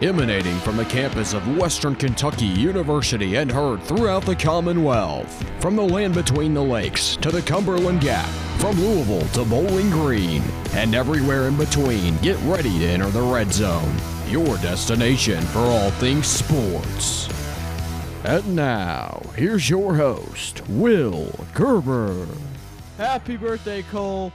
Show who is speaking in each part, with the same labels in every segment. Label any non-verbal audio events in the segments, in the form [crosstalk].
Speaker 1: emanating from the campus of Western Kentucky University and heard throughout the Commonwealth. From the land between the lakes to the Cumberland Gap, from Louisville to Bowling Green, and everywhere in between, get ready to enter the red zone, your destination for all things sports. And now, here's your host, Will Gerber.
Speaker 2: Happy birthday, Cole.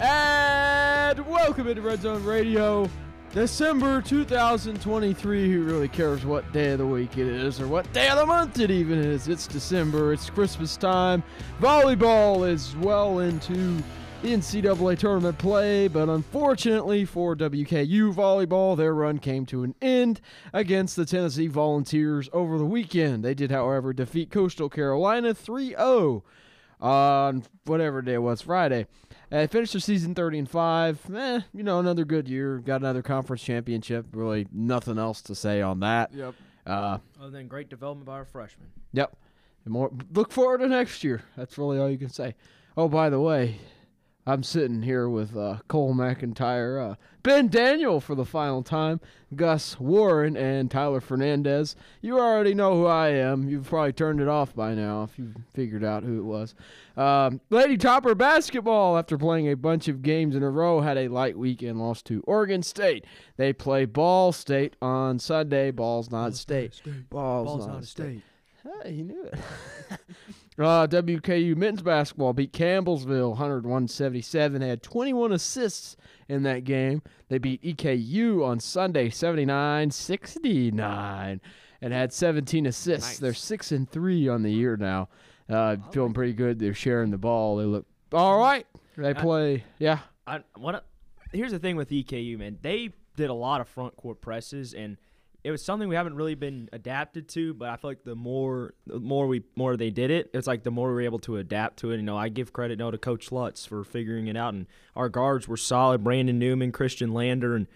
Speaker 2: And welcome into Red Zone Radio. December 2023. Who really cares what day of the week it is or what day of the month it even is? It's December. It's Christmas time. Volleyball is well into the NCAA tournament play, but unfortunately for WKU volleyball, their run came to an end against the Tennessee Volunteers over the weekend. They did, however, defeat Coastal Carolina 3 0 on whatever day it was, Friday. Uh, finished their season 30 and 5. Eh, you know, another good year. Got another conference championship. Really nothing else to say on that.
Speaker 3: Yep.
Speaker 2: Uh,
Speaker 3: Other than great development by our freshmen.
Speaker 2: yep. And more, look forward to next year. That's really all you can say. Oh, by the way, I'm sitting here with uh, Cole McIntyre, uh, Ben Daniel for the final time, Gus Warren, and Tyler Fernandez. You already know who I am. You've probably turned it off by now if you figured out who it was. Um, Lady Topper basketball, after playing a bunch of games in a row, had a light weekend, lost to Oregon State. They play Ball State on Sunday. Ball's not state. Ball's, not, a state. Hey, he knew it. uh, WKU men's basketball beat Campbellsville 101-77. They had 21 assists in that game. They beat EKU on Sunday 79-69 and had 17 assists. They're six and three on the year now. Uh, feeling pretty good. They're sharing the ball. They look all right. They
Speaker 4: Uh,
Speaker 2: play. Yeah.
Speaker 3: I want Here's the thing with EKU, man. They did a lot of front court presses, and it was something we haven't really been adapted to. But I feel like the more, the more we, more they did it, it's like the more we were able to adapt to it. You know, I give credit now to Coach Lutz for figuring it out, and our guards were solid. Brandon Newman, Christian Lander, and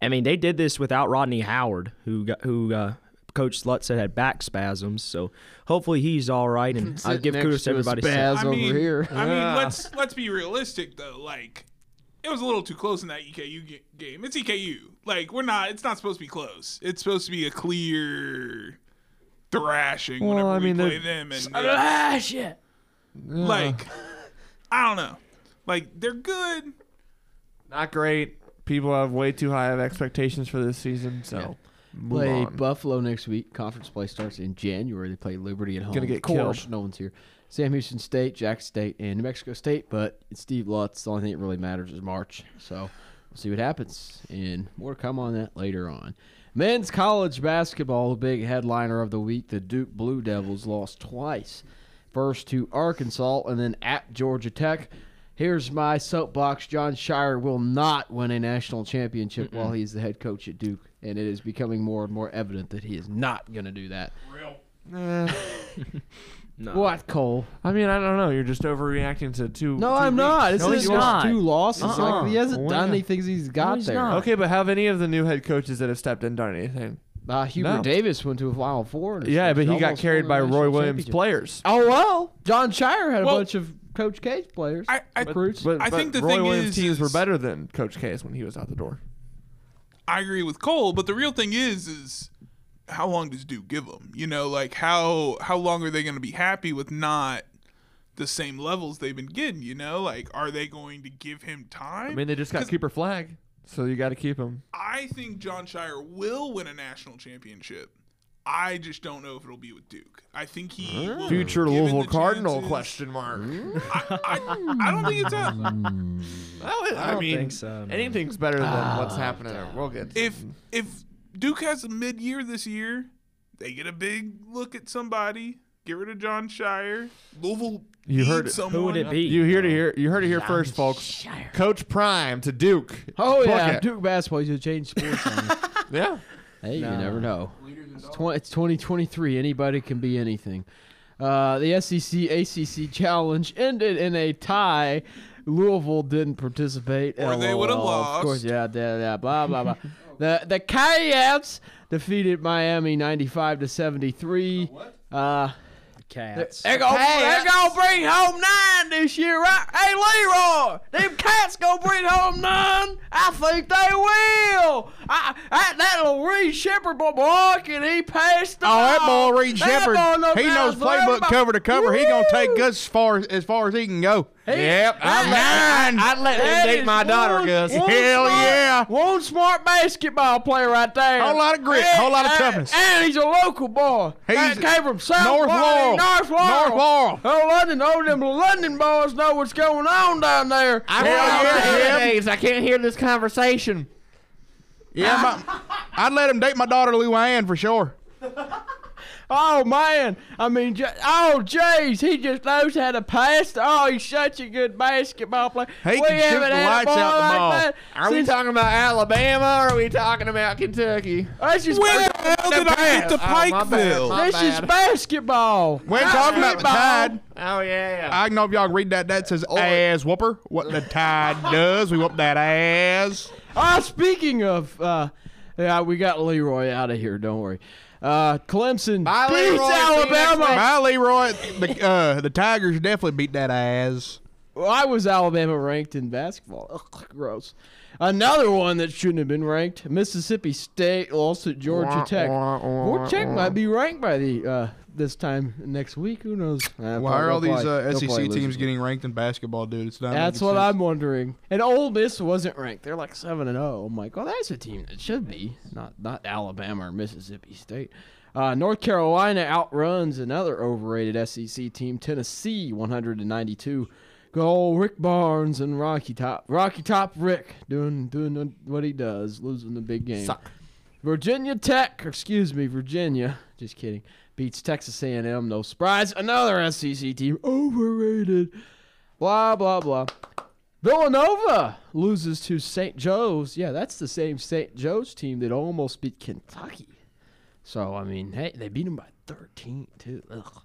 Speaker 3: I mean they did this without Rodney Howard, who got who. Uh, Coach Lutz said had back spasms, so hopefully he's all
Speaker 2: [laughs]
Speaker 3: right. And I
Speaker 2: Sitting
Speaker 3: give
Speaker 2: next
Speaker 3: kudos
Speaker 2: to
Speaker 3: to
Speaker 2: a
Speaker 3: everybody.
Speaker 2: spaz
Speaker 5: I
Speaker 2: over
Speaker 5: mean,
Speaker 2: here.
Speaker 5: I
Speaker 2: [laughs]
Speaker 5: mean,
Speaker 2: Ah.
Speaker 5: let's let's be realistic though. Like, it was a little too close in that E EKU ga- game. It's EKU. Like, we're not. It's not supposed to be close. It's supposed to be a clear thrashing
Speaker 2: Well,
Speaker 5: whenever
Speaker 2: I mean, they're-
Speaker 5: we play
Speaker 2: [laughs]
Speaker 5: them. And
Speaker 3: Ah,
Speaker 5: like, I don't know. Like, they're good.
Speaker 4: Not great. People have way too high of expectations for this season, so move
Speaker 2: play
Speaker 4: on.
Speaker 2: Buffalo next week. Conference play starts in January. They play Liberty at home.
Speaker 4: Gonna get
Speaker 2: of course,
Speaker 4: killed.
Speaker 2: no one's here. Sam Houston State, Jack State, and New Mexico State. But it's Steve Lutz. The only thing that really matters is March. So we'll see what happens, and more to come on that later on. Men's college basketball, the big headliner of the week. The Duke Blue Devils lost twice, first to Arkansas and then at Georgia Tech. Here's my soapbox. John Shire will not win a national championship while he's the head coach at Duke, and it is becoming more and more evident that he is not going to do that.
Speaker 5: Real.
Speaker 4: Eh,
Speaker 2: What, Cole?
Speaker 4: I mean, I don't know. You're just overreacting to two.
Speaker 2: No,
Speaker 4: two
Speaker 2: I'm
Speaker 4: weeks.
Speaker 2: not. It's
Speaker 4: No,
Speaker 2: his
Speaker 4: you are.
Speaker 2: two losses.
Speaker 4: Uh-uh.
Speaker 2: Like, he hasn't
Speaker 4: Well,
Speaker 2: done
Speaker 4: yeah.
Speaker 2: anything he's got
Speaker 3: he's
Speaker 2: there.
Speaker 3: not.
Speaker 4: Okay, but have any of the new head coaches that have stepped in done anything?
Speaker 2: Uh, Hubert
Speaker 4: No.
Speaker 2: Davis went to a Final Four. and
Speaker 4: Yeah, but he got
Speaker 2: almost
Speaker 4: carried
Speaker 2: won a
Speaker 4: by
Speaker 2: national
Speaker 4: Roy Williams
Speaker 2: championship.
Speaker 4: players.
Speaker 2: Oh well, John Shire had
Speaker 5: Well-
Speaker 2: a bunch of Coach K's players.
Speaker 5: I, I,
Speaker 2: recruits.
Speaker 4: But,
Speaker 5: I
Speaker 4: but
Speaker 5: think the
Speaker 4: Roy
Speaker 5: thing
Speaker 4: Williams
Speaker 5: is-
Speaker 4: teams were
Speaker 5: is-
Speaker 4: better than Coach K's when he was out the door.
Speaker 5: I agree with Cole, but the real thing is, is how long does Duke give them? You know, like how how long are they going to be happy with not the same levels they've been getting? You know, like are they going to give him time?
Speaker 4: I mean, they just got
Speaker 5: 'Cause
Speaker 4: Cooper Flag, so you got to keep him.
Speaker 5: I think John Shire will win a national championship. I just don't know if it'll be with Duke. I think he will,
Speaker 4: Hmm. Future
Speaker 5: given
Speaker 4: Louisville
Speaker 5: the
Speaker 4: Cardinal
Speaker 5: chances-
Speaker 4: question mark.
Speaker 5: I, I, I don't think it's up.
Speaker 4: Well, I,
Speaker 3: don't
Speaker 4: mean,
Speaker 3: think so, man.
Speaker 4: anything's better than what's happening. at We'll get
Speaker 5: if if Duke has a mid year this year, they get a big look at somebody. Get rid of John Shire. Louisville.
Speaker 4: You
Speaker 5: needs
Speaker 4: heard it.
Speaker 5: Someone.
Speaker 3: Who would it be?
Speaker 4: You hear to hear you heard it here first, folks. Coach Prime to Duke.
Speaker 2: Oh
Speaker 4: Book
Speaker 2: yeah,
Speaker 4: it.
Speaker 2: Duke basketball. He's gonna change sports. on us.
Speaker 4: yeah.
Speaker 2: hey, you never know. It's, twen- it's 2023. Anybody can be anything. Uh, the SEC ACC challenge ended in a tie. Louisville didn't participate.
Speaker 5: Or they
Speaker 2: LOL.
Speaker 5: would've
Speaker 2: Of course,
Speaker 5: lost.
Speaker 2: yeah, yeah, yeah, blah blah
Speaker 5: [laughs]
Speaker 2: blah. the the Cats defeated Miami 95 to 73. What? Uh,
Speaker 3: Cats.
Speaker 2: They're gonna, they're gonna bring home nine this year, right? Hey, Leroy, them cats gonna bring home nine. I think they will. I, I, that little Reed Shepherd boy, boy, can he pass the
Speaker 6: [laughs] Oh, that
Speaker 2: ball?
Speaker 6: boy Reed
Speaker 2: That
Speaker 6: Shepard,
Speaker 2: boy knows
Speaker 6: he
Speaker 2: how to
Speaker 6: knows
Speaker 2: throw the
Speaker 6: playbook
Speaker 2: ball.
Speaker 6: cover to cover. He gonna take
Speaker 2: Woo!
Speaker 6: us as far as far as he can go.
Speaker 2: Yep,
Speaker 6: I'm nine.
Speaker 4: I'd let
Speaker 2: That
Speaker 4: him date
Speaker 2: is
Speaker 4: my daughter,
Speaker 2: one-
Speaker 4: Gus.
Speaker 2: one
Speaker 6: Hell
Speaker 2: smart-
Speaker 6: yeah.
Speaker 2: One smart basketball player right there.
Speaker 6: Whole lot of grit, whole lot of
Speaker 2: and-
Speaker 6: toughness.
Speaker 2: And he's a lacal boy.
Speaker 6: He's-
Speaker 2: That came from South
Speaker 6: North
Speaker 2: Florida,
Speaker 6: Laurel.
Speaker 2: North Laurel.
Speaker 6: North Laurel.
Speaker 2: Oh, London, oh, them London boys know what's going on down there.
Speaker 4: I'm
Speaker 6: Hell
Speaker 4: on
Speaker 6: yeah,
Speaker 4: holidays. I can't hear this conversation.
Speaker 6: Yeah, my, I'd let him date my daughter Luann for sure.
Speaker 2: Oh man, I mean, ju- oh jeez, he just knows how to pass. Oh, he's such a good basketball player.
Speaker 6: He
Speaker 2: we
Speaker 6: can shoot
Speaker 2: haven't
Speaker 6: the
Speaker 2: had a
Speaker 6: lights
Speaker 2: boy
Speaker 6: out the
Speaker 2: like
Speaker 6: ball.
Speaker 2: that
Speaker 4: Are we
Speaker 2: since-
Speaker 4: talking about Alabama or are we talking about Kentucky?
Speaker 2: That's just
Speaker 5: Where the hell did I get to
Speaker 4: Oh, my bad.
Speaker 5: Pikeville?
Speaker 4: My
Speaker 2: this is
Speaker 4: bad.
Speaker 2: basketball.
Speaker 6: We ain't talking about the tide.
Speaker 4: Oh, yeah.
Speaker 6: I don't know if y'all can read that. That says "Oh, ass whooper. What the tide does, we whoop that ass.
Speaker 2: Ah, speaking of, uh, yeah, we got Leroy out of here. Don't worry. Uh, Clemson
Speaker 4: Bye,
Speaker 2: beats
Speaker 4: Leroy. See you next
Speaker 2: Alabama.
Speaker 4: week.
Speaker 6: My Leroy, the uh, the Tigers definitely beat that ass.
Speaker 2: Well, I was Alabama ranked in basketball. Ugh, gross. Another one that shouldn't have been ranked. Mississippi State lost at Georgia Tech. Georgia Tech might be ranked by the uh, this time next week. Who knows? Uh,
Speaker 6: Why are all
Speaker 2: they'll
Speaker 6: these
Speaker 2: play-
Speaker 6: uh,
Speaker 2: they'll
Speaker 6: SEC
Speaker 2: play
Speaker 6: teams
Speaker 2: losers.
Speaker 6: getting ranked in basketball, dude? It's not.
Speaker 2: That's
Speaker 6: making
Speaker 2: what
Speaker 6: sense.
Speaker 2: I'm wondering. And Ole Miss wasn't ranked. They're like seven and zero. I'm like, well, that's a team that should be not not Alabama or Mississippi State. Uh, North Carolina outruns another overrated SEC team, Tennessee, 192. Go Rick Barnes and Rocky Top. Rocky Top Rick doing doing what he does, losing the big game.
Speaker 4: Suck.
Speaker 2: Virginia Tech, excuse me, Virginia. Just kidding. Beats Texas A&M. No surprise. Another SEC team overrated. Blah blah blah. Villanova loses to St. Joe's. Yeah, that's the same St. Joe's team that almost beat Kentucky. So I mean, hey, they beat them by 13 too. Ugh.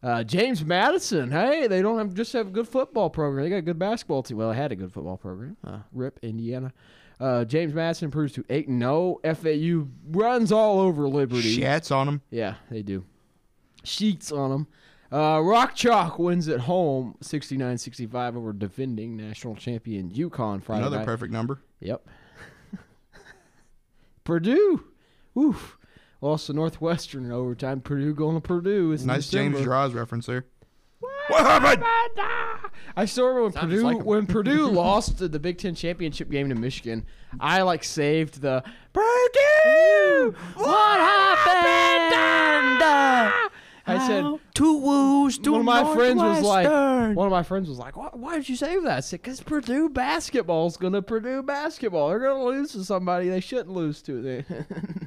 Speaker 2: Uh, James Madison. Hey, they don't have, just have a good football program. They got a good basketball team. Well, they had a good football program. Uh, Rip Indiana. Uh, James Madison improves to eight and oh. zero. FAU runs all over Liberty.
Speaker 6: Shats on them.
Speaker 2: Yeah, they do. Sheets on them. Uh, Rock Chalk wins at home 69 65 over defending national champion UConn Friday.
Speaker 6: Another
Speaker 2: night.
Speaker 6: perfect number.
Speaker 2: Yep. [laughs] Purdue. Oof. Lost to Northwestern in overtime. Purdue going to Purdue. It's in
Speaker 6: Nice James
Speaker 2: December.
Speaker 6: Draws reference there. What happened?
Speaker 2: I still remember when
Speaker 4: Sounds
Speaker 2: Purdue
Speaker 4: like 'em.
Speaker 2: when Purdue [laughs] lost the Big Ten championship game to Michigan. I like saved the Purdue. What happened? I said
Speaker 3: Two woos, two
Speaker 2: one of my friends was like one of my friends was like, why, why did you save that? I said, because Purdue basketball's gonna Purdue basketball. They're gonna lose to somebody they shouldn't lose to. They-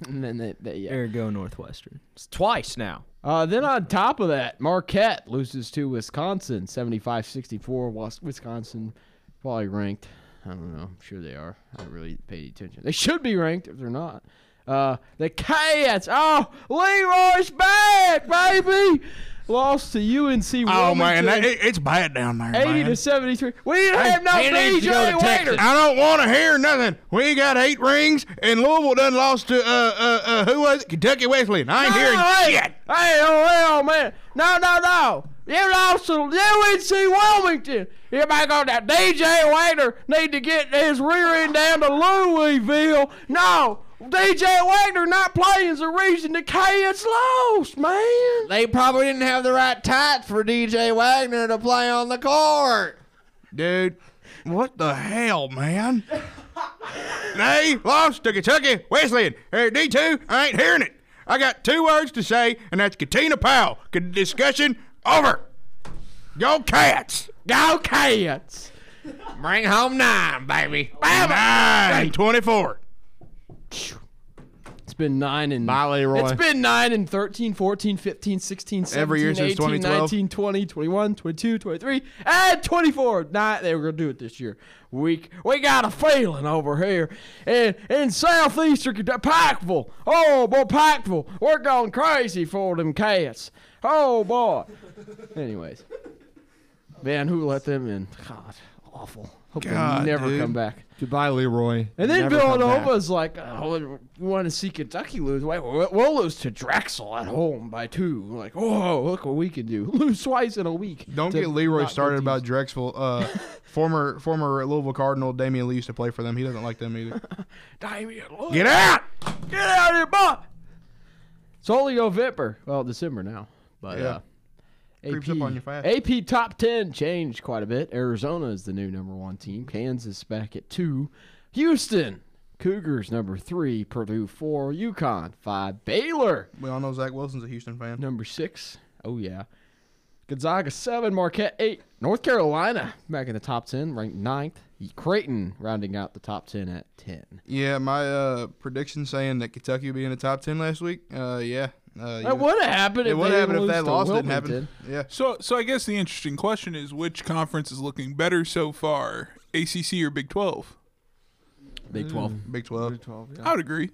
Speaker 2: and then [laughs] they, they yeah.
Speaker 3: There you go, Northwestern. It's twice now.
Speaker 2: Uh, then on top of that, Marquette loses to Wisconsin 75-64. Wis- Wisconsin probably ranked. I don't know. I'm sure they are. I haven't really paid attention. They should be ranked if they're not. Uh, the Cats. Oh, Leroy's back, baby. Lost to UNC.
Speaker 6: Oh
Speaker 2: Wilmington.
Speaker 6: man, that, it, it's bad down there.
Speaker 2: 80
Speaker 6: man.
Speaker 2: to 73. We didn't have no
Speaker 4: he needs to go to
Speaker 2: DJ Waiter.
Speaker 4: Texas.
Speaker 6: I don't want to hear nothing. We got eight rings, and Louisville done lost to uh uh, uh who was it? Kentucky Wesleyan. I ain't hearing
Speaker 2: hey,
Speaker 6: shit.
Speaker 2: Hey, oh, hell, man. No, no, no. You lost to UNC Wilmington. You back on that. DJ Waiter need to get his rear end down to Louisville. No, DJ Waiter not playing is the reason the Cats lost, man.
Speaker 4: They probably didn't have the right tights for DJ Wagner to play on the court.
Speaker 6: Dude, what the hell, man? they lost to Kentucky Wesleyan. Hey, D2, I ain't hearing it. I got two words to say, and that's Katina Powell. Good discussion over. Go Cats.
Speaker 2: Go Cats.
Speaker 4: Bring home nine, baby.
Speaker 6: Nine twenty-four.
Speaker 2: It's been 9 and
Speaker 4: Bye, Leroy.
Speaker 2: It's been 9 and 13, 14, 15, 16, 17,
Speaker 6: Every year since
Speaker 2: 18, 19, 20, 21, 22, 23, and 24. Nah, they were going to do it this year. We, we got a feeling over here. And in southeastern Kentucky, Pikeville. Oh, boy, Pikeville. We're going crazy for them cats. Oh, boy. Anyways. Man, who let them in? God. awful. Hope
Speaker 5: God,
Speaker 2: they never
Speaker 5: dude.
Speaker 2: come back.
Speaker 7: Goodbye, Leroy.
Speaker 2: And then
Speaker 4: Never come
Speaker 2: Villanova's like, oh, we want to see Kentucky lose. Wait, we'll we'll lose to Drexel at home by two. We're Like, whoa, look what we can do. [laughs] Lose twice in a week.
Speaker 6: Don't
Speaker 2: to
Speaker 6: get Leroy
Speaker 2: not go
Speaker 6: started
Speaker 2: deep.
Speaker 6: about Drexel. [laughs] Uh, former former Louisville Cardinal Damian Lee used to play for them. He doesn't like them either.
Speaker 2: Damien, look.
Speaker 6: Get out!
Speaker 2: Get out of here, Bob. It's only November. Well, December now. But
Speaker 6: [laughs] Yeah.
Speaker 2: uh, AP,
Speaker 6: Creeps up on you fast.
Speaker 2: AP top 10 changed quite a bit. Arizona is the new number one team. Kansas back at two. Houston, Cougars number three. Purdue four. UConn five. Baylor
Speaker 6: We all know Zach Wilson's a Houston fan.
Speaker 2: number six. Oh, yeah. Gonzaga seven. Marquette eight. North Carolina back in the top 10, ranked ninth. Creighton rounding out the top 10 at 10.
Speaker 6: Yeah, my uh, prediction saying that Kentucky would be in the top ten last week. Uh, yeah, uh, you-
Speaker 2: That would have happened
Speaker 6: it
Speaker 2: if,
Speaker 6: would
Speaker 2: they
Speaker 6: happen if
Speaker 2: lose
Speaker 6: that
Speaker 2: to
Speaker 6: loss didn't
Speaker 2: Wilmington.
Speaker 6: happen. Yeah,
Speaker 5: So, so I guess the interesting question is which conference is looking better so far, ACC or Big 12?
Speaker 2: Big 12.
Speaker 6: Big Twelve.
Speaker 5: I would agree.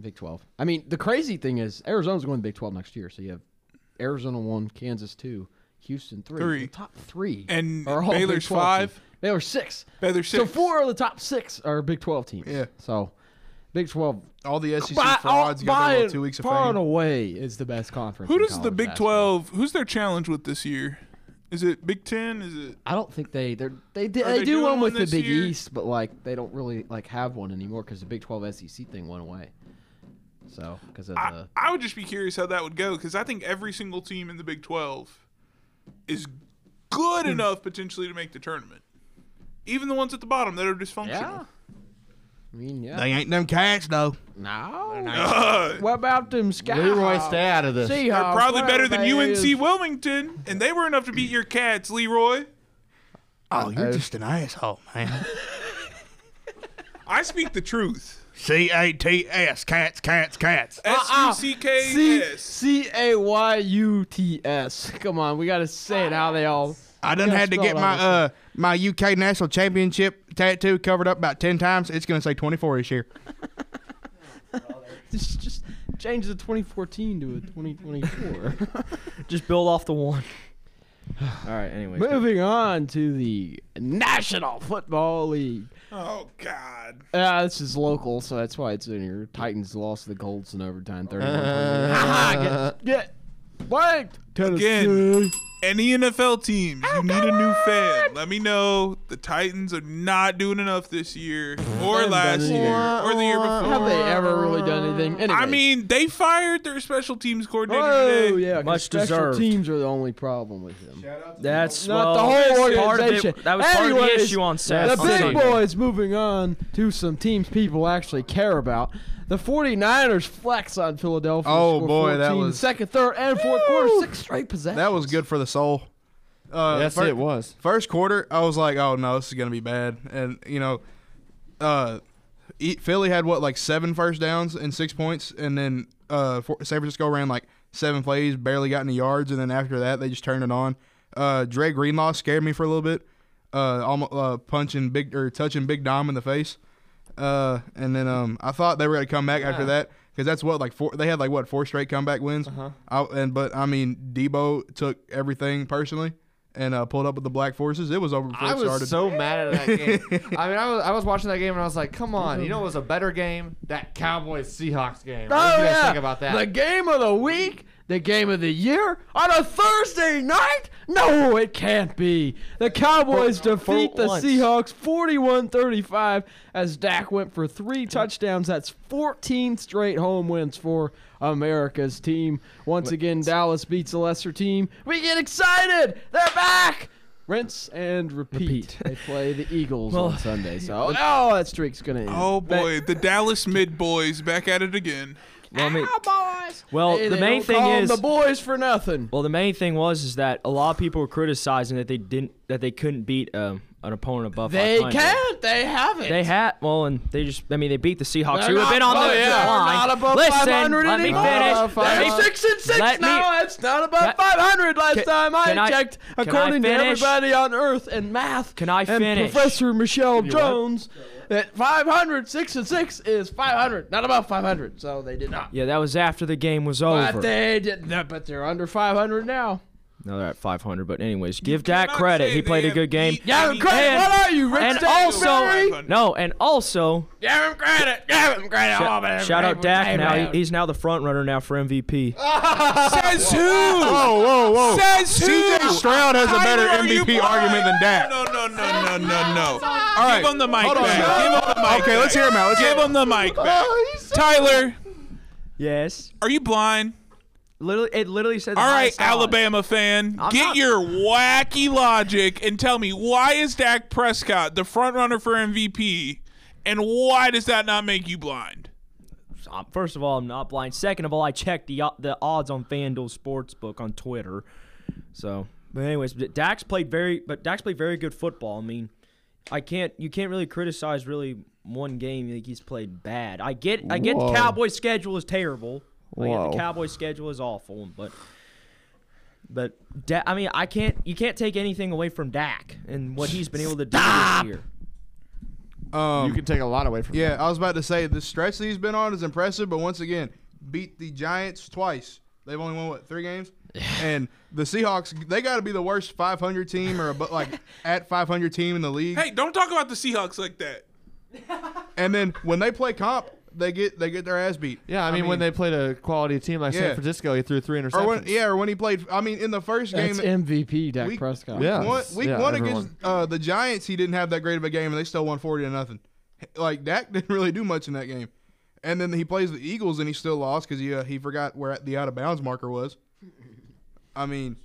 Speaker 2: Big 12. I mean, the crazy thing is Arizona's going to Big 12 next year, so you have Arizona 1, Kansas 2, Houston 3.
Speaker 5: Three.
Speaker 2: The top 3
Speaker 5: And
Speaker 2: are all
Speaker 5: Baylor's
Speaker 2: Big 12
Speaker 5: five?
Speaker 2: teams. Baylor's 6.
Speaker 5: Baylor's
Speaker 2: So
Speaker 5: six.
Speaker 2: 4 of the top 6 are Big 12 teams.
Speaker 6: Yeah.
Speaker 2: So Big 12
Speaker 6: All the SEC
Speaker 2: by,
Speaker 6: frauds
Speaker 2: all-
Speaker 6: got their
Speaker 2: oh, by
Speaker 6: little
Speaker 2: and
Speaker 6: two weeks of
Speaker 2: far and
Speaker 6: fame.
Speaker 2: away is the best conference.
Speaker 5: Who
Speaker 2: in
Speaker 5: does the
Speaker 2: college
Speaker 5: Big
Speaker 2: basketball.
Speaker 5: 12? Who's their challenge with this year? Is it Big 10? Is it
Speaker 2: I don't think they they're, they di-
Speaker 5: Are
Speaker 2: they,
Speaker 5: they
Speaker 2: do
Speaker 5: doing
Speaker 2: one
Speaker 5: one
Speaker 2: with the
Speaker 5: this
Speaker 2: Big
Speaker 5: year?
Speaker 2: East, but like they don't really like have one anymore because the Big 12 SEC thing went away. So because of
Speaker 5: I,
Speaker 2: the
Speaker 5: I would just be curious how that would go because I think every single team in the Big 12 is good enough potentially to make the tournament. Even the ones at the bottom that are dysfunctional.
Speaker 2: yeah, I mean yeah,
Speaker 6: They ain't them cats though.
Speaker 2: no,
Speaker 5: [laughs] Uh,
Speaker 2: What about them Skyhawks?
Speaker 7: Leroy, stay out of this.
Speaker 5: they're probably better than UNC Wilmington, and they were enough to beat your cats, Leroy.
Speaker 6: Oh, you're just an asshole, man.
Speaker 5: [laughs] I speak the truth.
Speaker 6: C A T S, cats, cats, cats.
Speaker 5: S U C K S.
Speaker 2: C A Y U T S. Come on, we gotta say it how they all.
Speaker 6: I done had to
Speaker 2: spell
Speaker 6: get
Speaker 2: it
Speaker 6: my
Speaker 2: out.
Speaker 6: uh my UK national championship tattoo covered up about ten times. It's gonna say twenty four this year.
Speaker 2: Just, just change the 2014 to a 2024.
Speaker 3: Just build off the one. [laughs] All right. Anyways,
Speaker 2: Moving on to the National Football League.
Speaker 5: Oh God.
Speaker 2: Uh, this is local, so that's why it's in here. Titans lost to the Colts in overtime, 31. get, get blanked.
Speaker 5: Again, any NFL teams,
Speaker 2: Oh,
Speaker 5: you need a new fan. Let me know. The Titans are not doing enough this year, or last
Speaker 2: better.
Speaker 5: year, or the year
Speaker 2: Have
Speaker 5: before.
Speaker 2: they ever really done anything?
Speaker 5: I
Speaker 2: Anyways.
Speaker 5: mean, they fired their special teams coordinator
Speaker 2: Oh
Speaker 5: today.
Speaker 2: yeah, 'cause
Speaker 3: Much
Speaker 2: special
Speaker 3: deserved.
Speaker 2: teams are the only problem with them.
Speaker 3: that's
Speaker 2: Not the
Speaker 3: well,
Speaker 2: whole
Speaker 3: that's part of it-
Speaker 2: organization.
Speaker 3: that was part of
Speaker 2: Anyways,
Speaker 3: the issue on Saturday.
Speaker 2: The big
Speaker 3: Sunday.
Speaker 2: boys moving on to some teams people actually care about. The 49ers flex on Philadelphia.
Speaker 6: Oh,
Speaker 2: score
Speaker 6: boy, that
Speaker 2: 14,
Speaker 6: was-
Speaker 2: second, third, and fourth quarter, six straight possessions.
Speaker 6: That was good for the soul. Uh,
Speaker 4: Yes,
Speaker 6: fir-
Speaker 4: it was.
Speaker 6: First quarter, I was like, "Oh no, this is gonna be bad." And you know, uh, E- Philly had what like seven first downs and six points, and then uh, for- San Francisco ran like seven plays, barely got any yards, and then after that, they just turned it on. Uh, Dre Greenlaw scared me for a little bit, uh, almost uh, punching big or touching Big Dom in the face, uh, and then um, I thought they were gonna come back after that because that's what like four. They had like what four straight comeback wins. Uh-huh. I, and but I mean, Debo took everything personally and uh, pulled up with the Black Forces. It was over before
Speaker 7: I
Speaker 6: it
Speaker 7: was
Speaker 6: started.
Speaker 7: so mad at that game. I mean, I was, I was watching that game and I was like, "Come on, you know, it was a better game that Cowboys Seahawks game." what
Speaker 2: Oh
Speaker 7: do you guys
Speaker 2: yeah,
Speaker 7: think about that?
Speaker 2: the game of the week, the game of the year on a Thursday night. No, it can't be. The Cowboys defeat the
Speaker 3: once.
Speaker 2: Seahawks 41-35 as Dak went for three touchdowns. That's 14 straight home wins for America's team. Once again, Dallas beats a lesser team. We get excited. They're back. Rinse and repeat. They play the Eagles on Sunday, so oh, that streak's gonna end.
Speaker 5: Oh boy, the Dallas Mid boys back at it again.
Speaker 3: well, I mean-
Speaker 2: Cowboys.
Speaker 3: well,
Speaker 2: Hey,
Speaker 3: the
Speaker 2: they
Speaker 3: main
Speaker 2: don't call
Speaker 3: thing
Speaker 2: 'em
Speaker 3: is
Speaker 2: the boys for nothing.
Speaker 3: Well, the main thing was is that a lot of people were criticizing that they didn't that they couldn't beat um, an opponent above.
Speaker 2: They
Speaker 3: 500.
Speaker 2: can't. They haven't.
Speaker 3: They had well, and they just I mean they beat the Seahawks
Speaker 2: They're
Speaker 3: who have
Speaker 2: not
Speaker 3: been on
Speaker 2: above-
Speaker 3: the
Speaker 2: they're
Speaker 3: line.
Speaker 2: not above
Speaker 3: Listen,
Speaker 2: 500
Speaker 3: let me
Speaker 2: anymore.
Speaker 3: finish. Let me-
Speaker 2: They're six and six
Speaker 3: let me-
Speaker 2: now. It's not above
Speaker 3: Let-
Speaker 2: 500 last
Speaker 3: Can-
Speaker 2: time I
Speaker 3: can I-
Speaker 2: checked,
Speaker 3: can I
Speaker 2: according to
Speaker 3: finish?
Speaker 2: everybody on Earth and math.
Speaker 3: Can I
Speaker 2: And
Speaker 3: finish?
Speaker 2: Professor Michelle Jones, that 500, six and six is 500, not above 500. So they did not.
Speaker 3: yeah, that was after the game was
Speaker 2: But
Speaker 3: over.
Speaker 2: they did. But they're under 500 now.
Speaker 3: Now they're at 500. But anyways, give
Speaker 5: cannot
Speaker 3: Dak credit.
Speaker 5: say
Speaker 3: He
Speaker 5: they
Speaker 3: played a
Speaker 5: have
Speaker 3: good game.
Speaker 5: beat Yeah, any- credit,
Speaker 3: And-
Speaker 2: what are you, Rick
Speaker 3: And
Speaker 2: Stanley?
Speaker 3: also,
Speaker 5: 500.
Speaker 3: no, and also,
Speaker 6: Give him credit. Give him credit. Oh, man.
Speaker 3: shout out Dak. Now he- he's now the front runner now for MVP.
Speaker 5: Says
Speaker 7: [laughs]
Speaker 5: who?
Speaker 6: Whoa, whoa, whoa.
Speaker 2: Oh.
Speaker 5: Says who?
Speaker 6: CJ Stroud has a better
Speaker 5: Tyler, are you
Speaker 6: MVP
Speaker 5: blind?
Speaker 6: argument than Dak.
Speaker 5: No, no, no, no, no, no.
Speaker 6: All right.
Speaker 5: Give him the mic
Speaker 6: Hold on.
Speaker 5: back. Give him the mic
Speaker 6: Okay, let's
Speaker 5: back.
Speaker 6: hear him out. Let's
Speaker 5: Give
Speaker 6: hear
Speaker 5: him the mic
Speaker 2: Oh,
Speaker 5: back. Tyler,
Speaker 3: Yes.
Speaker 5: are you blind?
Speaker 3: Literally, it literally says.
Speaker 5: All right,
Speaker 3: highest odds.
Speaker 5: Alabama fan, get
Speaker 3: not-
Speaker 5: your wacky logic and tell me why is Dak Prescott the front runner for MVP, and why does that not make you blind?
Speaker 3: Um, First of all, I'm not blind. Second of all, I checked the o- the odds on FanDuel Sportsbook on Twitter. So, but anyways, but Dax played very, but Dax played very good football. I mean, I can't, you can't really criticize really one game like he's played bad. I get, I get the
Speaker 4: Whoa.
Speaker 3: Cowboys' schedule is terrible. I get
Speaker 4: Whoa.
Speaker 3: the Cowboys' schedule is awful, but. But da- I mean, I can't. You can't take anything away from Dak and what he's been able to do this year.
Speaker 6: Um,
Speaker 7: You can take a lot away from
Speaker 6: Yeah, I was about to say the stretch that he's been on is impressive, but once again, beat the Giants twice. They've only won what three games, and the Seahawks they got to be the worst 500 team or abo- like at 500 team in the league.
Speaker 5: Hey, don't talk about the Seahawks like that.
Speaker 6: And then when they play comp, they get they get their ass beat.
Speaker 7: Yeah, I mean, when they played a quality team like
Speaker 6: Yeah.
Speaker 7: San Francisco, he threw three interceptions.
Speaker 6: or when yeah or when he played. I mean, in the first game,
Speaker 2: That's MVP Dak
Speaker 6: week-
Speaker 2: Prescott.
Speaker 7: Yeah.
Speaker 6: one, week
Speaker 7: Yeah,
Speaker 6: one
Speaker 7: everyone.
Speaker 6: against uh, the Giants, he didn't have that great of a game, and they still won 40 to nothing. Like Dak [laughs] didn't really do much in that game. And then he plays the Eagles, and he still lost because he uh, he forgot where the out of bounds marker was. I mean,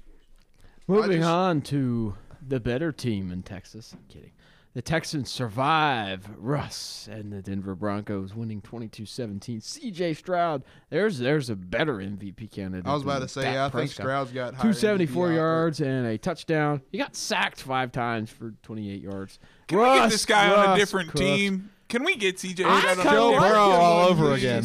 Speaker 2: Moving
Speaker 6: just-
Speaker 2: on to the better team in Texas. I'm kidding. The Texans survive Russ and the Denver Broncos winning 22-17. CJ Stroud, there's there's a better MVP candidate.
Speaker 6: I was about
Speaker 2: than
Speaker 6: to say,
Speaker 2: Dak
Speaker 6: I think
Speaker 2: Prescott.
Speaker 6: Stroud's got higher
Speaker 2: 274
Speaker 6: MVP output.
Speaker 2: yards and a touchdown. He got sacked 5 times for 28 yards.
Speaker 5: Can we get this guy on a different team? Can we get CJ?
Speaker 2: I
Speaker 5: Stroud on a
Speaker 2: kinda
Speaker 5: different
Speaker 2: like
Speaker 5: team,
Speaker 7: him all
Speaker 5: please?
Speaker 7: over again.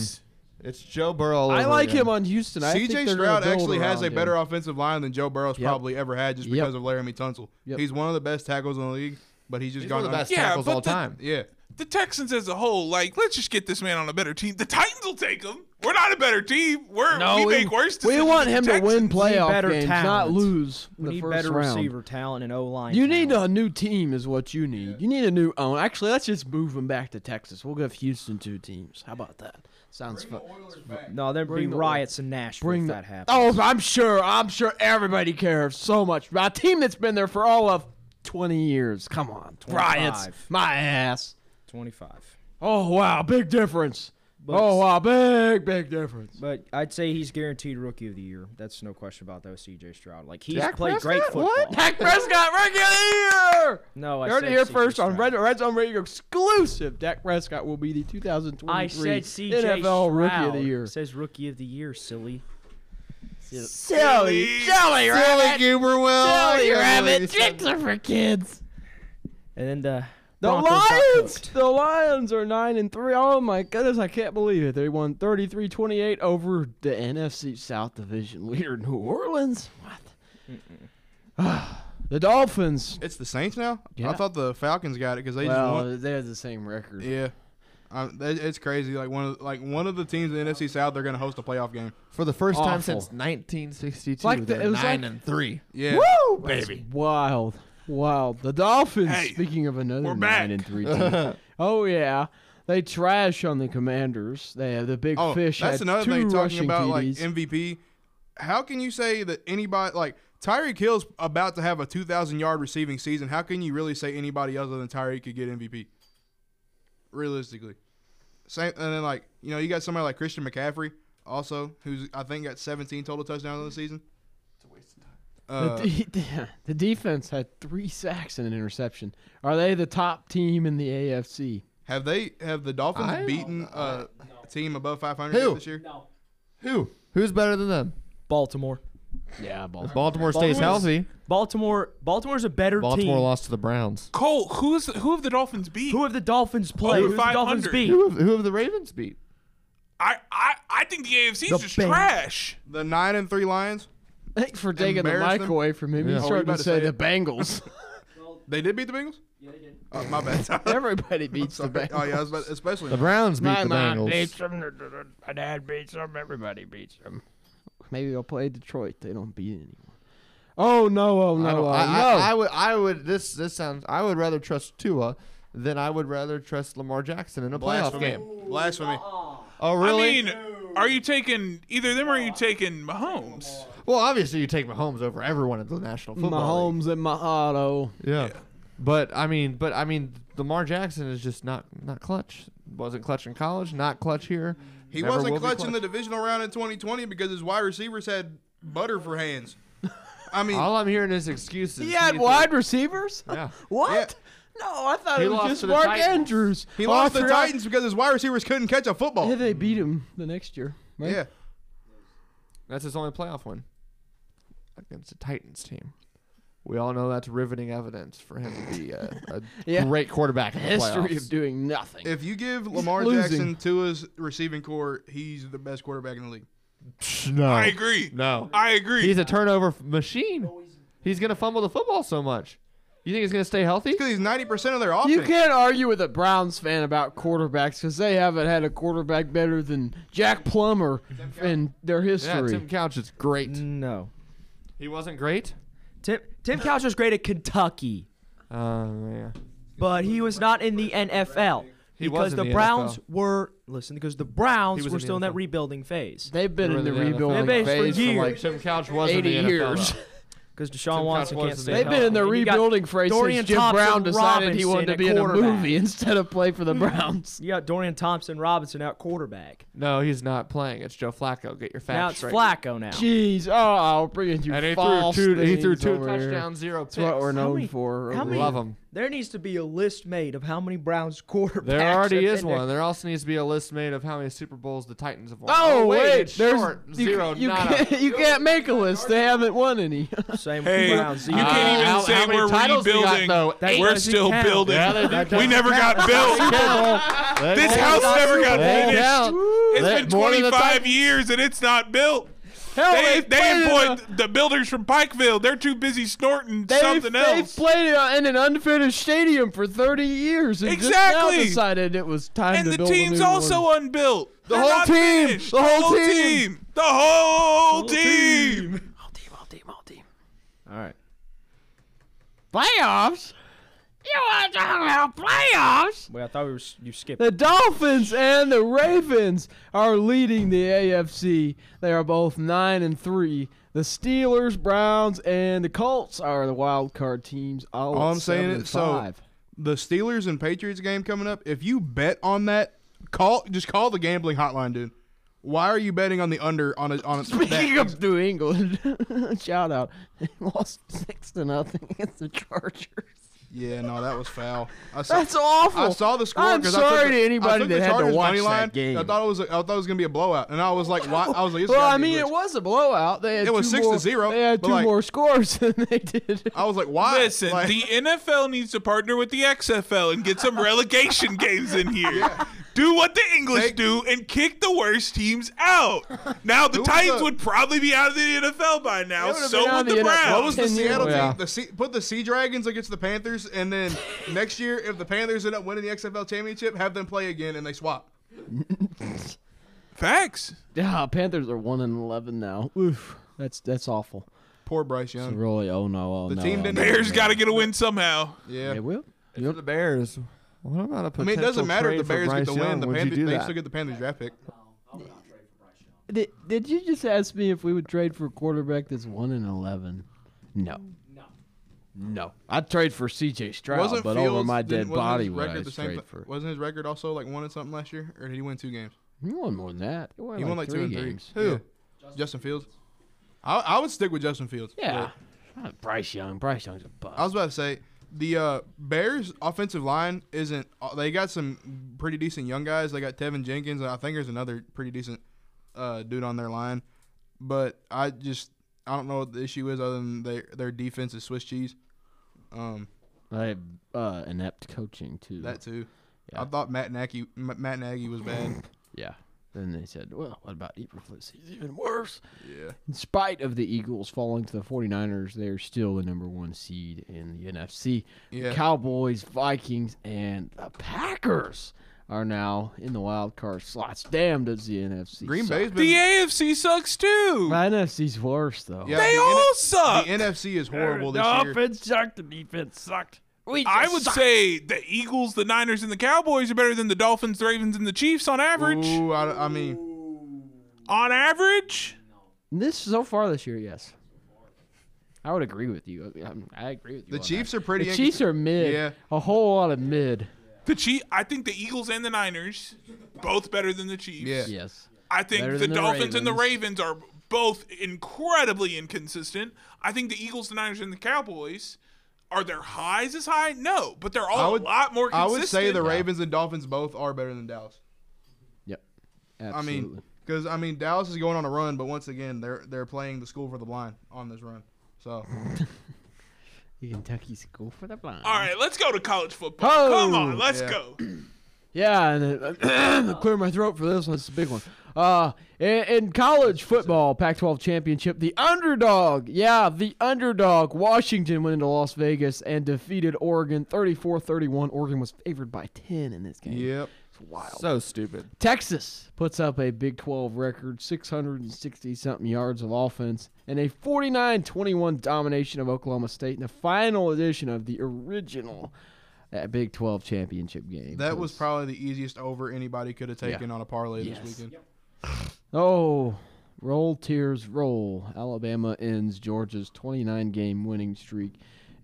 Speaker 7: It's Joe Burrow. all
Speaker 2: I
Speaker 7: over
Speaker 2: like
Speaker 7: again.
Speaker 2: him on Houston. I think they're
Speaker 6: CJ
Speaker 2: gonna
Speaker 6: Stroud
Speaker 2: build
Speaker 6: actually has a
Speaker 2: around
Speaker 6: better
Speaker 2: him.
Speaker 6: offensive line than Joe Burrow's
Speaker 2: Yep.
Speaker 6: probably ever had, just
Speaker 2: Yep.
Speaker 6: because of Laramie Tunsil.
Speaker 2: Yep.
Speaker 6: He's one of the best tackles in the league, but he's just
Speaker 7: He's
Speaker 6: gone.
Speaker 7: one of the
Speaker 6: un-
Speaker 7: best
Speaker 5: Yeah,
Speaker 7: tackles
Speaker 5: but
Speaker 7: all
Speaker 5: the-
Speaker 7: time.
Speaker 6: Yeah,
Speaker 5: The Texans as a whole, like, let's just get this man on a better team. The Titans will take him. We're not a better team. We're we, make worse
Speaker 2: We
Speaker 5: decisions.
Speaker 2: want
Speaker 5: than
Speaker 2: him
Speaker 5: the
Speaker 2: to win
Speaker 5: Texans.
Speaker 2: playoff
Speaker 3: better
Speaker 2: games, not
Speaker 3: talent.
Speaker 2: lose in
Speaker 3: We
Speaker 2: the
Speaker 3: need
Speaker 2: first
Speaker 3: better
Speaker 2: round.
Speaker 3: receiver talent and O line.
Speaker 2: You need a new team, is what you need. You need a new owner. Actually, let's just move them back to Texas. We'll give Houston two teams. How about that? Sounds fun.
Speaker 3: No, there'd be
Speaker 2: the-
Speaker 3: riots in Nashville
Speaker 2: Bring
Speaker 3: if
Speaker 2: the-
Speaker 3: that happens.
Speaker 2: Oh, I'm sure. I'm sure everybody cares so much. My team that's been there for all of 20 years. Come on, riots.
Speaker 3: 25.
Speaker 2: My ass.
Speaker 3: 25.
Speaker 2: Oh wow, big difference. oh wow, big big difference.
Speaker 3: But I'd say he's guaranteed rookie of the year. That's no question about that with CJ Stroud. Like he's
Speaker 7: Dak
Speaker 3: played great
Speaker 7: Prescott?
Speaker 3: football.
Speaker 7: What?
Speaker 2: Dak Prescott regular year.
Speaker 3: No, I
Speaker 2: You heard
Speaker 3: said
Speaker 2: it here
Speaker 3: CJ
Speaker 2: first on
Speaker 3: Stroud.
Speaker 2: Red, Red Zone Radio exclusive. Dak Prescott will be the 2023
Speaker 3: I said CJ
Speaker 2: NFL
Speaker 3: Stroud.
Speaker 2: Rookie of the Year.
Speaker 3: Says rookie of the year, silly.
Speaker 2: Silly, silly rabbit,
Speaker 6: Goober will.
Speaker 2: silly rabbit. Chicks are for kids.
Speaker 3: And then the
Speaker 2: The
Speaker 3: Broncos got
Speaker 2: Lions,
Speaker 3: cooked.
Speaker 2: the Lions are nine and three. Oh my goodness, I can't believe it. They won 33-28 over the NFC South division leader New Orleans. What? [sighs] the Dolphins.
Speaker 6: It's the Saints now.
Speaker 2: Yeah.
Speaker 6: I thought the Falcons got it because they just won.
Speaker 2: Well, they have the same record.
Speaker 6: Yeah, um, that, it's crazy. Like one of like one of the teams in the NFC South, they're gonna host a playoff game.
Speaker 7: For the first
Speaker 2: Awful.
Speaker 7: time since 1962,
Speaker 2: Like the-
Speaker 7: they're
Speaker 2: it was
Speaker 7: nine
Speaker 2: like-
Speaker 7: and three.
Speaker 6: Yeah,
Speaker 2: Woo, baby! Wild, wild. The Dolphins.
Speaker 5: Hey,
Speaker 2: speaking of another
Speaker 5: we're
Speaker 2: nine
Speaker 5: back.
Speaker 2: and three team. oh yeah, they trash on the Commanders. They have the big
Speaker 6: oh,
Speaker 2: fish.
Speaker 6: that's
Speaker 2: had
Speaker 6: another
Speaker 2: two
Speaker 6: thing talking
Speaker 2: rushing
Speaker 6: about
Speaker 2: TDs.
Speaker 6: like MVP. How can you say that anybody like Tyreek Hill's about to have a 2,000 yard receiving season? How can you really say anybody other than Tyreek could get MVP? Realistically, same. And then like you know you got somebody like Christian McCaffrey also, who's I think got 17 total touchdowns on the season. It's a waste of time.
Speaker 2: the, de- [laughs] the defense had three sacks and an interception. Are they the top team in the AFC?
Speaker 6: Have they have the Dolphins
Speaker 7: I-
Speaker 6: beaten a team above 500
Speaker 7: Who?
Speaker 6: this year?
Speaker 7: Who? Who's better than them?
Speaker 3: Baltimore.
Speaker 2: Yeah, Baltimore.
Speaker 7: Baltimore stays
Speaker 3: Baltimore's-
Speaker 7: healthy.
Speaker 3: Baltimore. Baltimore's a better
Speaker 7: Baltimore
Speaker 3: team.
Speaker 7: lost to the Browns.
Speaker 5: Cole, who's who have the Dolphins beat?
Speaker 3: Who have the Dolphins played?
Speaker 5: Over
Speaker 3: Who's the Dolphins
Speaker 5: 500.
Speaker 3: beat?
Speaker 7: Who have, who have the Ravens beat?
Speaker 5: I, I I think the AFC's
Speaker 3: The
Speaker 5: just
Speaker 3: Bengals.
Speaker 5: trash.
Speaker 6: The nine and three Lions.
Speaker 2: [laughs] Thanks for taking the
Speaker 6: Embarrass
Speaker 2: mic
Speaker 6: them?
Speaker 2: away from him.
Speaker 7: Yeah.
Speaker 2: You
Speaker 7: Oh,
Speaker 2: started to
Speaker 6: you about to
Speaker 2: say
Speaker 6: say
Speaker 2: the
Speaker 6: it?
Speaker 2: Bengals. [laughs]
Speaker 6: They did beat the Bengals. Yeah, they did. Oh, my bad. [laughs]
Speaker 2: Everybody beats the Bengals.
Speaker 6: Oh yeah, I was about- especially
Speaker 7: The Browns beat
Speaker 2: My
Speaker 7: the
Speaker 2: mom
Speaker 7: Bengals.
Speaker 2: beats them. My dad beats them. Everybody beats them. Maybe they'll play Detroit. They don't beat anyone. Oh no! Oh
Speaker 4: I,
Speaker 2: no!
Speaker 4: don't-
Speaker 2: oh,
Speaker 4: I,
Speaker 2: no.
Speaker 4: I, I would. I would. This. This sounds. I would rather trust Tua than I would rather trust Lamar Jackson in a playoff
Speaker 6: Blasphemy.
Speaker 4: game.
Speaker 6: Blasphemy.
Speaker 4: Oh really?
Speaker 5: I mean, are you taking either them or are you taking Mahomes?
Speaker 4: well, obviously you take Mahomes over everyone in the National Football
Speaker 2: Mahomes and Mahato.
Speaker 4: League. Yeah. But I mean, but I mean, Lamar Jackson is just not not clutch. Wasn't clutch in college. Not clutch here.
Speaker 6: He
Speaker 4: never
Speaker 6: wasn't
Speaker 4: will be
Speaker 6: clutch in the divisional round in 2020 because his wide receivers had butter for hands. I mean,
Speaker 4: All I'm hearing is excuses.
Speaker 2: He had
Speaker 4: He's-
Speaker 2: [laughs] wide receivers.
Speaker 4: Yeah.
Speaker 2: What? No, I thought
Speaker 4: He
Speaker 2: it was
Speaker 4: lost
Speaker 2: just
Speaker 4: to the
Speaker 2: Mark
Speaker 4: Titans.
Speaker 2: Andrews.
Speaker 6: he
Speaker 2: Oh, I
Speaker 6: lost the
Speaker 2: forgot.
Speaker 6: Titans because his wide receivers couldn't catch a football.
Speaker 2: Yeah, they beat him the next year. Right?
Speaker 6: Yeah.
Speaker 4: That's his only playoff win against the Titans team. We all know that's riveting evidence for him to be a, a
Speaker 2: Yeah.
Speaker 4: great quarterback in the
Speaker 2: History
Speaker 4: playoffs.
Speaker 2: of doing nothing.
Speaker 6: If you give Lamar
Speaker 2: losing.
Speaker 6: Jackson Tua's receiving core, he's the best quarterback in the league.
Speaker 4: no,
Speaker 5: I agree.
Speaker 4: no,
Speaker 5: I agree.
Speaker 4: he's a turnover f- machine. He's gonna fumble the football so much. You think he's gonna stay healthy?
Speaker 6: Because he's 90% of their offense.
Speaker 2: you can't argue with a Browns fan about quarterbacks because they haven't had a quarterback better than Jack Plummer in their
Speaker 4: Yeah,
Speaker 2: history.
Speaker 4: Tim Couch is
Speaker 3: Mm.
Speaker 4: great.
Speaker 3: No.
Speaker 4: He wasn't great.
Speaker 3: Tim Tim Couch was great at Kentucky,
Speaker 4: Um, yeah.
Speaker 3: but he was not in the NFL.
Speaker 4: He
Speaker 3: because
Speaker 4: was in
Speaker 3: the,
Speaker 4: the
Speaker 3: Browns
Speaker 4: NFL.
Speaker 3: were listen because the Browns
Speaker 4: He was
Speaker 3: were
Speaker 4: in the
Speaker 3: still in that
Speaker 4: NFL.
Speaker 3: rebuilding phase
Speaker 2: They've been in the
Speaker 4: They were
Speaker 2: rebuilding
Speaker 3: NFL.
Speaker 2: phase.
Speaker 3: for
Speaker 4: phase from, like,
Speaker 3: years.
Speaker 4: Tim Couch was
Speaker 2: 80
Speaker 4: in the NFL,
Speaker 2: years.
Speaker 4: though.
Speaker 3: because Deshaun
Speaker 4: Couch
Speaker 3: Watson
Speaker 4: was
Speaker 3: can't
Speaker 4: in
Speaker 3: stay.
Speaker 4: the
Speaker 2: They've been in the
Speaker 3: healthy. And you got
Speaker 2: rebuilding phase
Speaker 3: Dorian
Speaker 2: since Jim
Speaker 3: Thompson
Speaker 2: Brown decided he
Speaker 3: Robinson
Speaker 2: wanted to
Speaker 3: at
Speaker 2: be in a
Speaker 3: quarterback.
Speaker 2: movie [laughs] instead of play for the Browns.
Speaker 3: You got Dorian Thompson Robinson out quarterback.
Speaker 4: No, he's not playing. It's Joe Flacco. Get your facts
Speaker 3: now it's
Speaker 4: straight.
Speaker 3: Flacco now.
Speaker 2: Jeez, oh, I'll bring in you
Speaker 4: And he threw
Speaker 2: false
Speaker 4: two. He
Speaker 2: things
Speaker 4: threw two
Speaker 2: over here.
Speaker 4: touchdowns, zero picks.
Speaker 2: That's what we're known
Speaker 3: many-
Speaker 2: for.
Speaker 3: how
Speaker 2: over
Speaker 3: many-
Speaker 2: here.
Speaker 4: Love him.
Speaker 3: There needs to be a list made of how many Browns quarterbacks.
Speaker 4: There already
Speaker 3: have
Speaker 4: is
Speaker 3: been there.
Speaker 4: one. There also needs to be a list made of how many Super Bowls the Titans have won.
Speaker 2: Oh, wait,
Speaker 4: it's
Speaker 2: there's
Speaker 4: short.
Speaker 2: you,
Speaker 4: zero.
Speaker 2: You
Speaker 4: nada.
Speaker 2: can't, [laughs] you can't make a list. [laughs] They haven't won any.
Speaker 3: [laughs] Same with
Speaker 5: Hey,
Speaker 3: Browns.
Speaker 5: you
Speaker 3: either.
Speaker 4: Uh,
Speaker 5: can't even
Speaker 4: how-
Speaker 5: say
Speaker 4: how many
Speaker 5: we're
Speaker 4: titles we got,
Speaker 5: rebuilding.
Speaker 4: though? Eight.
Speaker 5: we're
Speaker 3: doesn't
Speaker 5: still
Speaker 3: count.
Speaker 5: building.
Speaker 4: Yeah, that- that
Speaker 5: we
Speaker 4: doesn't
Speaker 5: never got built. this house never got
Speaker 4: They
Speaker 5: finished.
Speaker 4: count.
Speaker 5: It's
Speaker 4: They-
Speaker 5: been
Speaker 4: more than the
Speaker 5: 25
Speaker 4: Titans.
Speaker 5: years and it's not built.
Speaker 2: Hell,
Speaker 5: They,
Speaker 2: they've
Speaker 5: they
Speaker 2: played in
Speaker 5: employed
Speaker 2: a-
Speaker 5: the builders from Pikeville. They're too busy snorting
Speaker 2: They've,
Speaker 5: something
Speaker 2: they've
Speaker 5: else.
Speaker 2: played in- in an unfinished stadium for 30 years and just now
Speaker 5: Exactly.
Speaker 2: decided it was time
Speaker 5: and
Speaker 2: to
Speaker 5: the
Speaker 2: build a
Speaker 5: team's
Speaker 2: new
Speaker 5: also
Speaker 2: one.
Speaker 5: unbuilt. The
Speaker 2: whole team. The whole team.
Speaker 5: The whole team.
Speaker 2: All team, all team, all team.
Speaker 3: All right.
Speaker 2: Playoffs? You want to talk about playoffs?
Speaker 3: Wait, I thought we were s- you skipped.
Speaker 2: The Dolphins and the Ravens are leading the AFC. They are both 9 and 3. The Steelers, Browns, and the Colts are the wild card teams. All,
Speaker 6: All
Speaker 2: at
Speaker 6: I'm saying
Speaker 2: seven
Speaker 6: is,
Speaker 2: and
Speaker 6: so- [laughs]
Speaker 2: five.
Speaker 6: the Steelers and Patriots game coming up, if you bet on that, call just call the gambling hotline, dude. Why are you betting on the under on a on a
Speaker 2: Speaking
Speaker 6: that-
Speaker 2: of New England, [laughs] shout out. They [laughs] lost 6 to nothing against the Chargers.
Speaker 6: Yeah, no, that was foul. I saw,
Speaker 2: That's awful.
Speaker 6: I saw the score.
Speaker 2: I'm
Speaker 6: 'cause I took
Speaker 2: sorry
Speaker 6: the-
Speaker 2: to
Speaker 6: I
Speaker 2: anybody
Speaker 6: took the
Speaker 2: that had to
Speaker 6: Chargers
Speaker 2: watch
Speaker 6: money line.
Speaker 2: that game.
Speaker 6: I thought it was I thought it was gonna be a blowout, and I was like, why? I was like, this
Speaker 2: well,
Speaker 6: gotta
Speaker 2: I
Speaker 6: be
Speaker 2: mean,
Speaker 6: glitch.
Speaker 2: it was a blowout. They had
Speaker 6: It was
Speaker 2: two
Speaker 6: six to
Speaker 2: more-
Speaker 6: zero,
Speaker 2: They had
Speaker 6: but
Speaker 2: two
Speaker 6: like-
Speaker 2: more scores [laughs] than they did.
Speaker 6: I was like, why?
Speaker 5: Listen,
Speaker 6: Like,
Speaker 5: the NFL needs to partner with the XFL and get some
Speaker 6: [laughs]
Speaker 5: relegation games in here. Do what the English
Speaker 6: Take-
Speaker 5: do and kick the worst teams out.
Speaker 6: [laughs]
Speaker 5: Now the
Speaker 6: Who was
Speaker 5: Titans
Speaker 6: the-
Speaker 5: would probably be out of the NFL by now.
Speaker 2: would've
Speaker 5: So
Speaker 2: been out
Speaker 5: would
Speaker 2: of
Speaker 5: the,
Speaker 2: the NFL.
Speaker 5: Browns.
Speaker 6: what was the
Speaker 2: Ten years-
Speaker 6: Seattle
Speaker 2: Yeah.
Speaker 6: team? The sea, put the Sea Dragons against the Panthers, and then next year, if the Panthers end up winning the XFL championship, have them play again, and they swap.
Speaker 5: Facts.
Speaker 2: Yeah, [laughs] Panthers are one and eleven now. Oof, that's that's awful.
Speaker 6: Poor Bryce Young.
Speaker 2: Really, oh no, oh
Speaker 6: The
Speaker 2: no.
Speaker 6: team
Speaker 2: oh,
Speaker 6: didn't- [laughs]
Speaker 2: no.
Speaker 5: Bears got to get a win somehow.
Speaker 6: yeah.
Speaker 2: They will.
Speaker 4: For the Bears. What about a
Speaker 6: I
Speaker 4: potential
Speaker 6: mean, it doesn't matter if the
Speaker 4: trade
Speaker 6: Bears
Speaker 4: for
Speaker 6: get the
Speaker 4: Bryce
Speaker 6: win.
Speaker 4: Young.
Speaker 6: The
Speaker 4: Would you
Speaker 6: Panthers,
Speaker 4: do
Speaker 6: they
Speaker 4: that?
Speaker 6: still get the Panthers draft pick.
Speaker 2: Did, did you just ask me if we would trade for a quarterback that's one and eleven? No. No. No. I'd trade for C.J. Stroud,
Speaker 6: Wasn't
Speaker 2: Oh, but
Speaker 6: Fields,
Speaker 2: over my
Speaker 6: didn't-
Speaker 2: dead
Speaker 6: wasn't
Speaker 2: body
Speaker 6: his
Speaker 2: would I
Speaker 6: record the same?
Speaker 2: trade
Speaker 6: thi-
Speaker 2: for.
Speaker 6: Wasn't his record also like one and something last year, or did he win two games?
Speaker 2: He won more than that. He won,
Speaker 6: He
Speaker 2: like
Speaker 6: won like two
Speaker 2: three
Speaker 6: and three.
Speaker 2: games.
Speaker 6: Who? Justin, Fields. I, I would stick with Justin Fields.
Speaker 2: Yeah.
Speaker 6: But
Speaker 2: Not Bryce Young. Bryce Young's a bust.
Speaker 6: I was about to say the uh, Bears offensive line isn't. uh, They got some pretty decent young guys. They got Tevin Jenkins, and I think there's another pretty decent uh, dude on their line. But I just I don't know what the issue is other than their their defense is Swiss cheese. Um,
Speaker 2: I have uh, inept coaching too.
Speaker 6: That too.
Speaker 2: Yeah.
Speaker 6: I thought Matt Nagy, M- Matt Nagy
Speaker 2: [laughs]
Speaker 6: was bad.
Speaker 2: yeah. Then they said, "Well, what about Eberflus? He's even worse."
Speaker 6: yeah.
Speaker 2: In spite of the Eagles falling to the 49ers, they are still the number one seed in the NFC. The
Speaker 6: Yeah.
Speaker 2: Cowboys, Vikings, and the Packers are now in the wild card slots. Damn, does the NFC.
Speaker 6: Green
Speaker 2: suck.
Speaker 6: Bay's been.
Speaker 5: The AFC sucks too.
Speaker 2: The NFC's worse though.
Speaker 6: Yeah,
Speaker 5: They
Speaker 6: the
Speaker 5: all
Speaker 6: N-
Speaker 5: suck.
Speaker 6: The NFC is horrible this
Speaker 3: the
Speaker 6: year.
Speaker 3: offense sucked. The defense sucked. We
Speaker 5: I
Speaker 3: just
Speaker 5: would
Speaker 3: suck.
Speaker 5: say the Eagles, the Niners, and the Cowboys are better than the Dolphins, the Ravens, and the Chiefs on average.
Speaker 6: Ooh, I, I mean,
Speaker 5: On average,
Speaker 2: This so far this year, yes. I would agree with you. I, mean, I agree with you.
Speaker 6: the
Speaker 2: on
Speaker 6: Chiefs are
Speaker 2: that.
Speaker 6: pretty.
Speaker 2: The Chiefs are mid.
Speaker 6: Yeah.
Speaker 2: A whole lot of mid.
Speaker 5: the Chief. I think the Eagles and the Niners, both better than the Chiefs.
Speaker 6: Yeah.
Speaker 2: Yes.
Speaker 5: I think
Speaker 2: Better
Speaker 5: the
Speaker 2: than the
Speaker 5: Dolphins and the
Speaker 2: Ravens.
Speaker 5: Ravens are both incredibly inconsistent. I think the Eagles, the Niners, and the Cowboys are their highs as high? No, but they're all
Speaker 6: I would-
Speaker 5: a lot more
Speaker 6: I
Speaker 5: consistent.
Speaker 6: would say the Ravens and Dolphins both are better than Dallas.
Speaker 2: Yep.
Speaker 6: I
Speaker 2: Absolutely.
Speaker 6: mean, because I mean Dallas is going on a run, but once again they're they're playing the school for the blind on this run. So
Speaker 2: [laughs] the Kentucky School for the Blind.
Speaker 5: All right, let's go to college football. Come
Speaker 2: Oh!
Speaker 5: on, let's
Speaker 6: Yeah.
Speaker 5: go.
Speaker 2: Yeah, [clears throat] and uh, clear my throat for this one. It's a big one. Uh, in, in college football, Pac-12 championship, the underdog. Yeah, the underdog. Washington went into Las Vegas and defeated Oregon 34-31. Oregon was favored by 10 in this game.
Speaker 6: yep,
Speaker 4: So stupid.
Speaker 2: Texas puts up a Big 12 record, 660 something yards of offense, and a 49 21 domination of Oklahoma State in the final edition of the original uh, Big 12 championship game.
Speaker 6: that was probably the easiest over anybody could have taken on a parlay
Speaker 2: Yes.
Speaker 6: this weekend.
Speaker 2: Oh, roll tears roll. Alabama ends Georgia's 29 game winning streak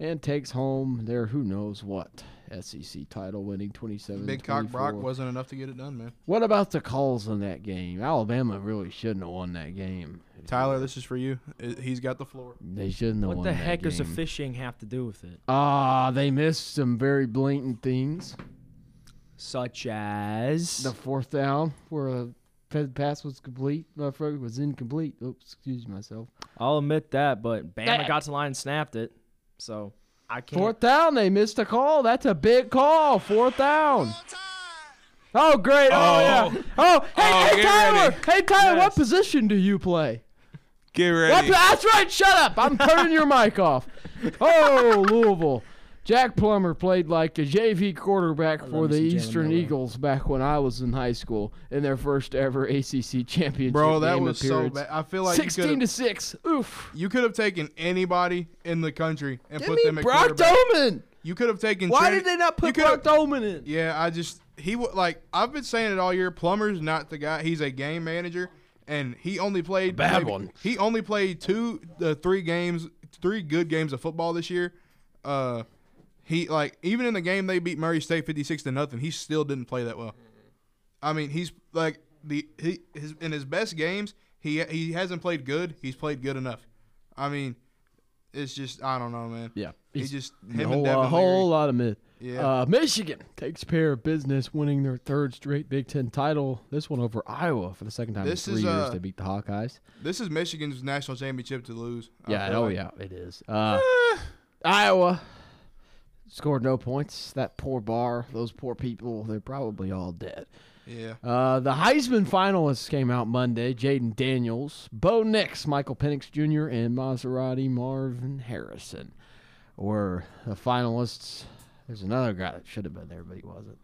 Speaker 2: and takes home their who knows what SEC title winning 27
Speaker 6: Big cock Brock
Speaker 2: 24.
Speaker 6: wasn't enough to get it done, man.
Speaker 2: What about the calls in that game? Alabama really shouldn't have won that game.
Speaker 6: Tyler, this is for you. I- He's got the floor.
Speaker 2: They shouldn't have
Speaker 3: What
Speaker 2: won
Speaker 3: the
Speaker 2: that
Speaker 3: heck does the
Speaker 2: game.
Speaker 3: fishing have to do with it?
Speaker 2: Ah, they missed some very blatant things.
Speaker 3: Such as
Speaker 2: The fourth down where a pa- pass was complete, uh, fro- was incomplete. Oops, excuse myself.
Speaker 3: I'll admit that, but Bama
Speaker 2: That-
Speaker 3: got to the line and snapped it. So I can't.
Speaker 2: Fourth down, they missed a call. That's a big call. Fourth down. Oh great! Oh, yeah! Oh hey,
Speaker 5: Oh,
Speaker 2: hey
Speaker 5: get
Speaker 2: Tyler!
Speaker 5: ready.
Speaker 2: Hey Tyler, what
Speaker 3: Yes.
Speaker 2: position do you play?
Speaker 5: Get
Speaker 2: What
Speaker 5: ready.
Speaker 2: po- that's right. Shut up! I'm turning your mic
Speaker 6: [laughs]
Speaker 2: off. Oh Louisville, Jack Plummer played like a JV quarterback for
Speaker 3: me
Speaker 2: the
Speaker 3: some Jalen
Speaker 2: Eastern
Speaker 3: Miller.
Speaker 2: Eagles back when I was in high school in their first ever ACC championship
Speaker 6: Bro, that
Speaker 2: game
Speaker 6: was so
Speaker 2: appearance.
Speaker 6: bad. I feel like you
Speaker 2: Sixteen to
Speaker 6: could have
Speaker 2: six. Oof.
Speaker 6: you could have taken anybody in the country and
Speaker 2: Give
Speaker 6: put
Speaker 2: me
Speaker 6: them at
Speaker 2: Brock
Speaker 6: quarterback.
Speaker 2: Doman.
Speaker 6: You could have taken.
Speaker 2: Why
Speaker 6: Trin-
Speaker 2: did they not
Speaker 6: you
Speaker 2: put
Speaker 6: could have-
Speaker 2: Brock Doman in?
Speaker 6: Yeah, I just he wa- like I've been saying it all year. Plummer's not the guy. He's a game manager, and he only played
Speaker 2: Bad
Speaker 6: maybe-
Speaker 2: one.
Speaker 6: He only played two, uh, three games, three good games of football this year. Uh, he like even in the game they beat Murray State fifty six to nothing. He still didn't play that well. I mean, he's like the he his in his best games. He he hasn't played good. He's played good enough. I mean, it's just I don't know, man.
Speaker 2: Yeah,
Speaker 6: he
Speaker 2: he's-
Speaker 6: just
Speaker 2: A
Speaker 6: him
Speaker 2: whole,
Speaker 6: and
Speaker 2: lot-
Speaker 6: Devin
Speaker 2: whole
Speaker 6: Leary.
Speaker 2: lot of mid.
Speaker 6: Yeah.
Speaker 2: Uh, Michigan takes care of business, winning their third straight Big Ten title. This one over Iowa for the second time
Speaker 6: This
Speaker 2: in three
Speaker 6: is,
Speaker 2: years.
Speaker 6: uh,
Speaker 2: They beat the Hawkeyes.
Speaker 6: This is Michigan's national championship to lose. I
Speaker 2: Yeah.
Speaker 6: feel
Speaker 2: Oh
Speaker 6: like.
Speaker 2: yeah, it is. Uh, Iowa scored no points. That poor bar. Those poor people. They're probably all dead.
Speaker 6: Yeah.
Speaker 2: Uh, the Heisman finalists came out Monday. Jaden Daniels, Bo Nix, Michael Penix Jr., and Maserati Marvin Harrison were the finalists. There's another guy that should have been there, but he wasn't.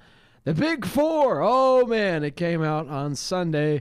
Speaker 2: The Big Four. Oh, man. It came out on Sunday.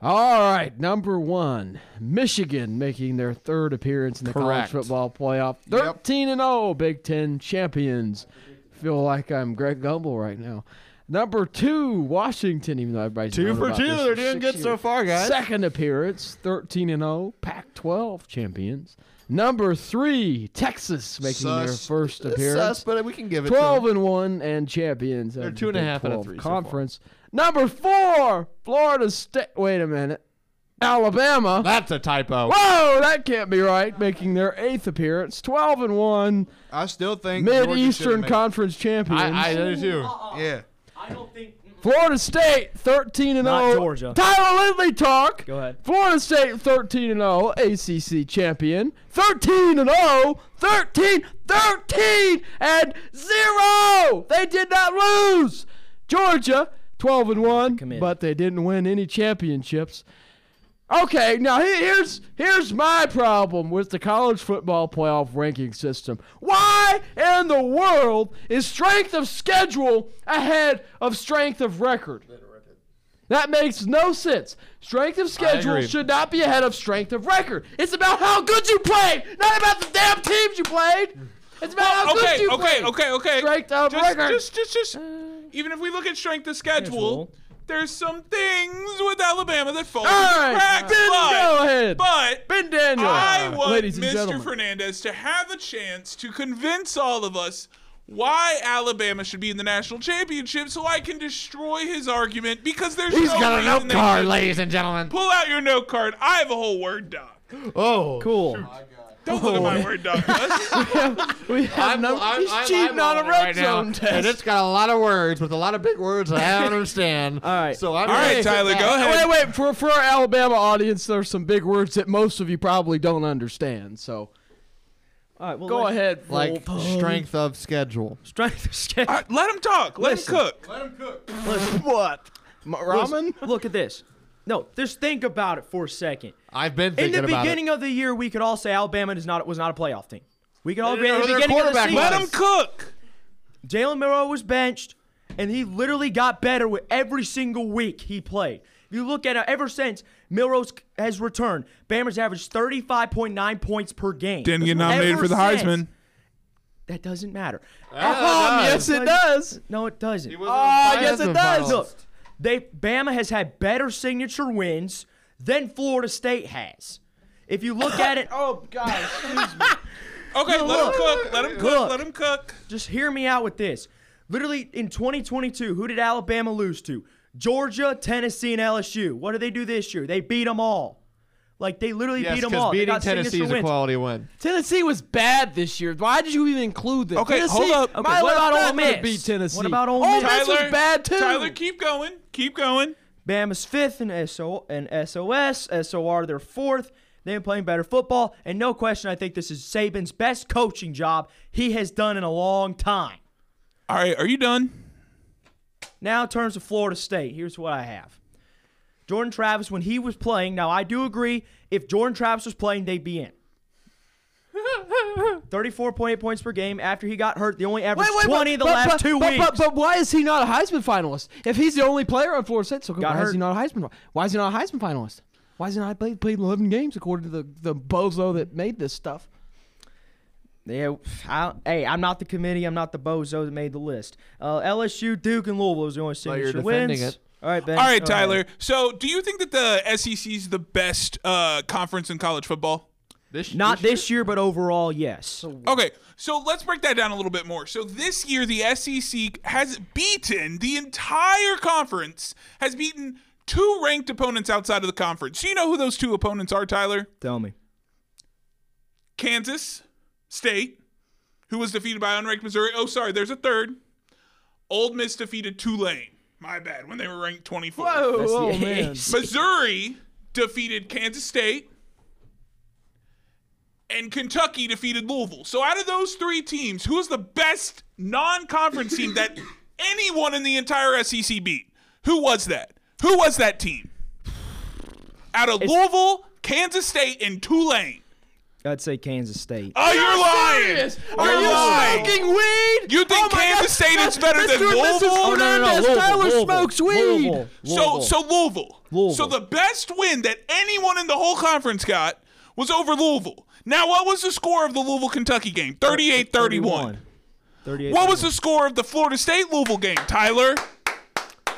Speaker 2: All right. Number one, Michigan making their third appearance in the
Speaker 4: Correct.
Speaker 2: college football playoff.
Speaker 6: Yep.
Speaker 2: 13 and 0 Big Ten champions. Feel like I'm Greg Gumbel right now. Number two, Washington. Even though everybody's
Speaker 4: Two
Speaker 2: known
Speaker 4: for
Speaker 2: about
Speaker 4: two.
Speaker 2: this
Speaker 4: They're
Speaker 2: for
Speaker 4: doing
Speaker 2: six
Speaker 4: good so
Speaker 2: years.
Speaker 4: far, guys.
Speaker 2: Second appearance, 13 and 0, Pac-12 champions. Number three, Texas making
Speaker 6: Sus.
Speaker 2: their first appearance.
Speaker 4: Sus, but we can give it. to 'em.
Speaker 2: Twelve and one and champions. They're
Speaker 4: two and a half out of three so far.
Speaker 2: conference. Number four, Florida State. Wait a minute, Alabama.
Speaker 4: That's a typo.
Speaker 2: Whoa, that can't be right. Making their eighth appearance, twelve and one,
Speaker 6: I still think
Speaker 2: Mid
Speaker 6: Georgia should have
Speaker 2: Eastern
Speaker 6: made it.
Speaker 2: Conference champions.
Speaker 4: I, uh, I do too.
Speaker 6: Yeah.
Speaker 2: Florida State 13 and
Speaker 3: Not
Speaker 2: 0.
Speaker 3: Georgia.
Speaker 2: Tyler Lindley talk.
Speaker 3: Go ahead.
Speaker 2: Florida State 13 and oh, 0, ACC champion. 13 and 0, 13, 13 and 0. They did not lose. Georgia 12 and 1,
Speaker 3: Committed.
Speaker 2: but they didn't win any championships. Okay, now he- here's here's my problem with the college football playoff ranking system. Why in the world is strength of schedule ahead of strength of record? That makes no sense. Strength of schedule
Speaker 7: agree.
Speaker 2: should not be ahead of strength of record. It's about how good you played, not about the damn teams you played. It's about how
Speaker 5: Oh, okay,
Speaker 2: good you
Speaker 5: okay,
Speaker 2: played.
Speaker 5: okay, okay.
Speaker 2: Strength of
Speaker 5: just,
Speaker 2: record. Uh,
Speaker 5: Just, just, just. even if we look at strength of schedule,
Speaker 3: Schedule.
Speaker 5: there's some things with Alabama that fall
Speaker 2: All
Speaker 5: into
Speaker 2: right,
Speaker 5: the cracks.
Speaker 2: Ben,
Speaker 5: but,
Speaker 2: go ahead.
Speaker 5: But
Speaker 2: ben Daniel, Uh,
Speaker 5: I want
Speaker 2: ladies and
Speaker 5: Mr.
Speaker 2: gentlemen.
Speaker 5: Fernandez to have a chance to convince all of us why Alabama should be in the national championship, so I can destroy his argument because there's
Speaker 4: He's
Speaker 5: no
Speaker 4: got a
Speaker 5: reason
Speaker 4: note
Speaker 5: they
Speaker 4: card,
Speaker 5: should.
Speaker 4: ladies and gentlemen.
Speaker 5: Pull out your note card. I have a whole word doc.
Speaker 4: Oh,
Speaker 2: cool.
Speaker 5: Don't look at
Speaker 2: Oh.
Speaker 5: my word
Speaker 2: [laughs]
Speaker 5: doc. Gus.
Speaker 2: We have no,
Speaker 4: I'm-
Speaker 2: he's
Speaker 4: I'm
Speaker 2: cheating on a
Speaker 4: eyeballing
Speaker 2: red
Speaker 4: it right now,
Speaker 2: zone test.
Speaker 4: And it's got a lot of words with a lot of big words that I don't understand.
Speaker 2: All right.
Speaker 4: So I'm
Speaker 5: All right, Tyler, go ahead.
Speaker 2: Wait, wait. For for our Alabama audience, there's some big words that most of you probably don't understand. So
Speaker 3: All right, well,
Speaker 2: go
Speaker 3: [laughs] let's-
Speaker 2: ahead.
Speaker 4: Like
Speaker 2: Volpe.
Speaker 4: strength of schedule.
Speaker 3: Strength of schedule.
Speaker 5: [laughs] All right, Uh, let him talk. Let
Speaker 3: Listen.
Speaker 5: him cook.
Speaker 2: what? M- ramen?
Speaker 3: Look at this. No, just think about it for a second.
Speaker 4: I've been
Speaker 3: In
Speaker 4: thinking
Speaker 3: the
Speaker 4: about
Speaker 3: beginning of the year, we could all say Alabama is not was not a playoff team. We could all agree
Speaker 4: no,
Speaker 3: at the
Speaker 4: their
Speaker 3: beginning of the
Speaker 4: quarterback
Speaker 3: season.
Speaker 4: was.
Speaker 5: Let him cook.
Speaker 3: Jalen Murrow was benched, and he literally got better with every single week he played. If you look at it, ever since Milrose has returned, Bama's averaged 35.9 points per game.
Speaker 5: Didn't get nominated
Speaker 3: Ever
Speaker 5: for the
Speaker 3: since-
Speaker 5: Heisman.
Speaker 3: That doesn't matter. Oh,
Speaker 2: Um, yes, it does.
Speaker 3: No, it doesn't. Oh,
Speaker 2: Ah, yes, it
Speaker 4: Heisman
Speaker 2: does.
Speaker 4: finals.
Speaker 3: Look, they Bama has had better signature wins than Florida State has. If you
Speaker 2: [laughs]
Speaker 3: look at it,
Speaker 2: Oh gosh.
Speaker 5: [laughs] Okay, let him
Speaker 3: look.
Speaker 5: cook. Let him cook.
Speaker 3: Look.
Speaker 5: Let him cook.
Speaker 3: just hear me out with this. Literally in 2022, who did Alabama lose to? Georgia, Tennessee, and LSU. What did they do this year? They beat them all. Like they literally
Speaker 4: Yes,
Speaker 3: beat them
Speaker 4: 'cause
Speaker 3: all. They
Speaker 4: beating
Speaker 3: got signature
Speaker 4: Tennessee is a
Speaker 3: wins.
Speaker 4: quality win.
Speaker 2: Tennessee was bad this year. Why did you even include them?
Speaker 5: Okay,
Speaker 2: Tennessee,
Speaker 5: hold up. Okay,
Speaker 2: My
Speaker 3: what about
Speaker 2: left
Speaker 3: Ole
Speaker 2: not gonna
Speaker 3: Miss?
Speaker 2: Beat Tennessee.
Speaker 3: What about Ole
Speaker 2: Ole
Speaker 3: Miss?
Speaker 2: Miss Oh, was bad too.
Speaker 5: Tyler, keep going. Keep going.
Speaker 3: Bama's fifth in SO and SOS, SOR they're fourth. They've been playing better football, and no question, I think this is Saban's best coaching job he has done in a long time.
Speaker 5: All right, are you done?
Speaker 3: Now, in terms of Florida State, here's what I have. Jordan Travis, when he was playing, now I do agree, if Jordan Travis was playing, they'd
Speaker 2: [laughs]
Speaker 3: be in. 34.8 points per game after he got hurt. The only average 20 the last two
Speaker 2: but,
Speaker 3: weeks.
Speaker 2: But, but why is he not a Heisman finalist? If he's the only player on Florida State, so
Speaker 3: Got
Speaker 2: why is
Speaker 3: hurt.
Speaker 2: he not a Heisman? Why is he not a Heisman finalist? Why is he not played, played 11 games according to the, the bozo that made this stuff?
Speaker 3: Yeah, I, hey, I'm not the committee. I'm not the bozo that made the list. Uh, LSU, Duke, and Louisville was the only
Speaker 4: Oh, you're
Speaker 3: signature
Speaker 4: defending
Speaker 3: wins.
Speaker 4: it.
Speaker 3: All right, Ben.
Speaker 5: All right, Tyler. So, do you think that the SEC is the best uh, conference in college football?
Speaker 4: This
Speaker 3: Not this year, but overall, yes.
Speaker 5: Okay, so let's break that down a little bit more. So this year, the SEC has beaten the entire conference, has beaten two ranked opponents outside of the conference. Do you know who those two opponents are, Tyler?
Speaker 3: Tell me.
Speaker 5: Kansas State, who was defeated by unranked Missouri. Oh, sorry, there's a third. Old Miss defeated Tulane. My bad, when they were ranked 24.
Speaker 2: oh,
Speaker 5: Missouri defeated Kansas State, and Kentucky defeated Louisville. So out of those three teams, who is the best non-conference team that anyone in the entire SEC beat? Who was that? Who was that team? Out of Louisville, Kansas State, and Tulane.
Speaker 3: [laughs] I'd say Kansas State.
Speaker 5: Oh, you're lying!
Speaker 2: Are
Speaker 5: You're
Speaker 2: you
Speaker 5: lying!
Speaker 2: smoking weed?
Speaker 5: [laughs] You think
Speaker 2: Oh my
Speaker 5: Kansas
Speaker 2: God.
Speaker 5: State is better than
Speaker 2: Mr. and Mrs.
Speaker 5: Louisville?
Speaker 2: Oh, no, no, no.
Speaker 3: Louisville,
Speaker 2: Tyler
Speaker 3: Louisville,
Speaker 2: smokes weed.
Speaker 3: Louisville,
Speaker 5: So, so Louisville. So
Speaker 3: Louisville.
Speaker 5: the best win that anyone in the whole conference got was over Louisville. Now, what was the score of the Louisville Kentucky game? 38 31.
Speaker 3: 38
Speaker 5: What was the score of the Florida State Louisville game, Tyler?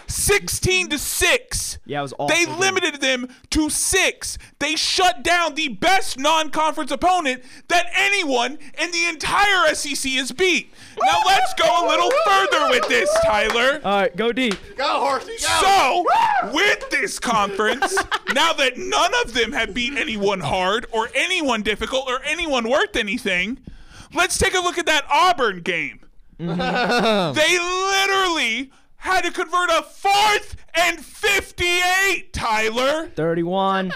Speaker 5: 16 to 6.
Speaker 3: Yeah, it was awful.
Speaker 5: They
Speaker 3: dude.
Speaker 5: limited them to six. They shut down the best non conference opponent that anyone in the entire SEC has beat. Now let's go a little further with this, Tyler.
Speaker 3: All right, go deep.
Speaker 4: Go, horsey.
Speaker 5: So, with this conference, now that none of them have beat anyone hard or anyone difficult or anyone worth anything, let's take a look at that Auburn game. they literally had to convert a fourth and 58, Tyler.
Speaker 2: [laughs]
Speaker 3: 31.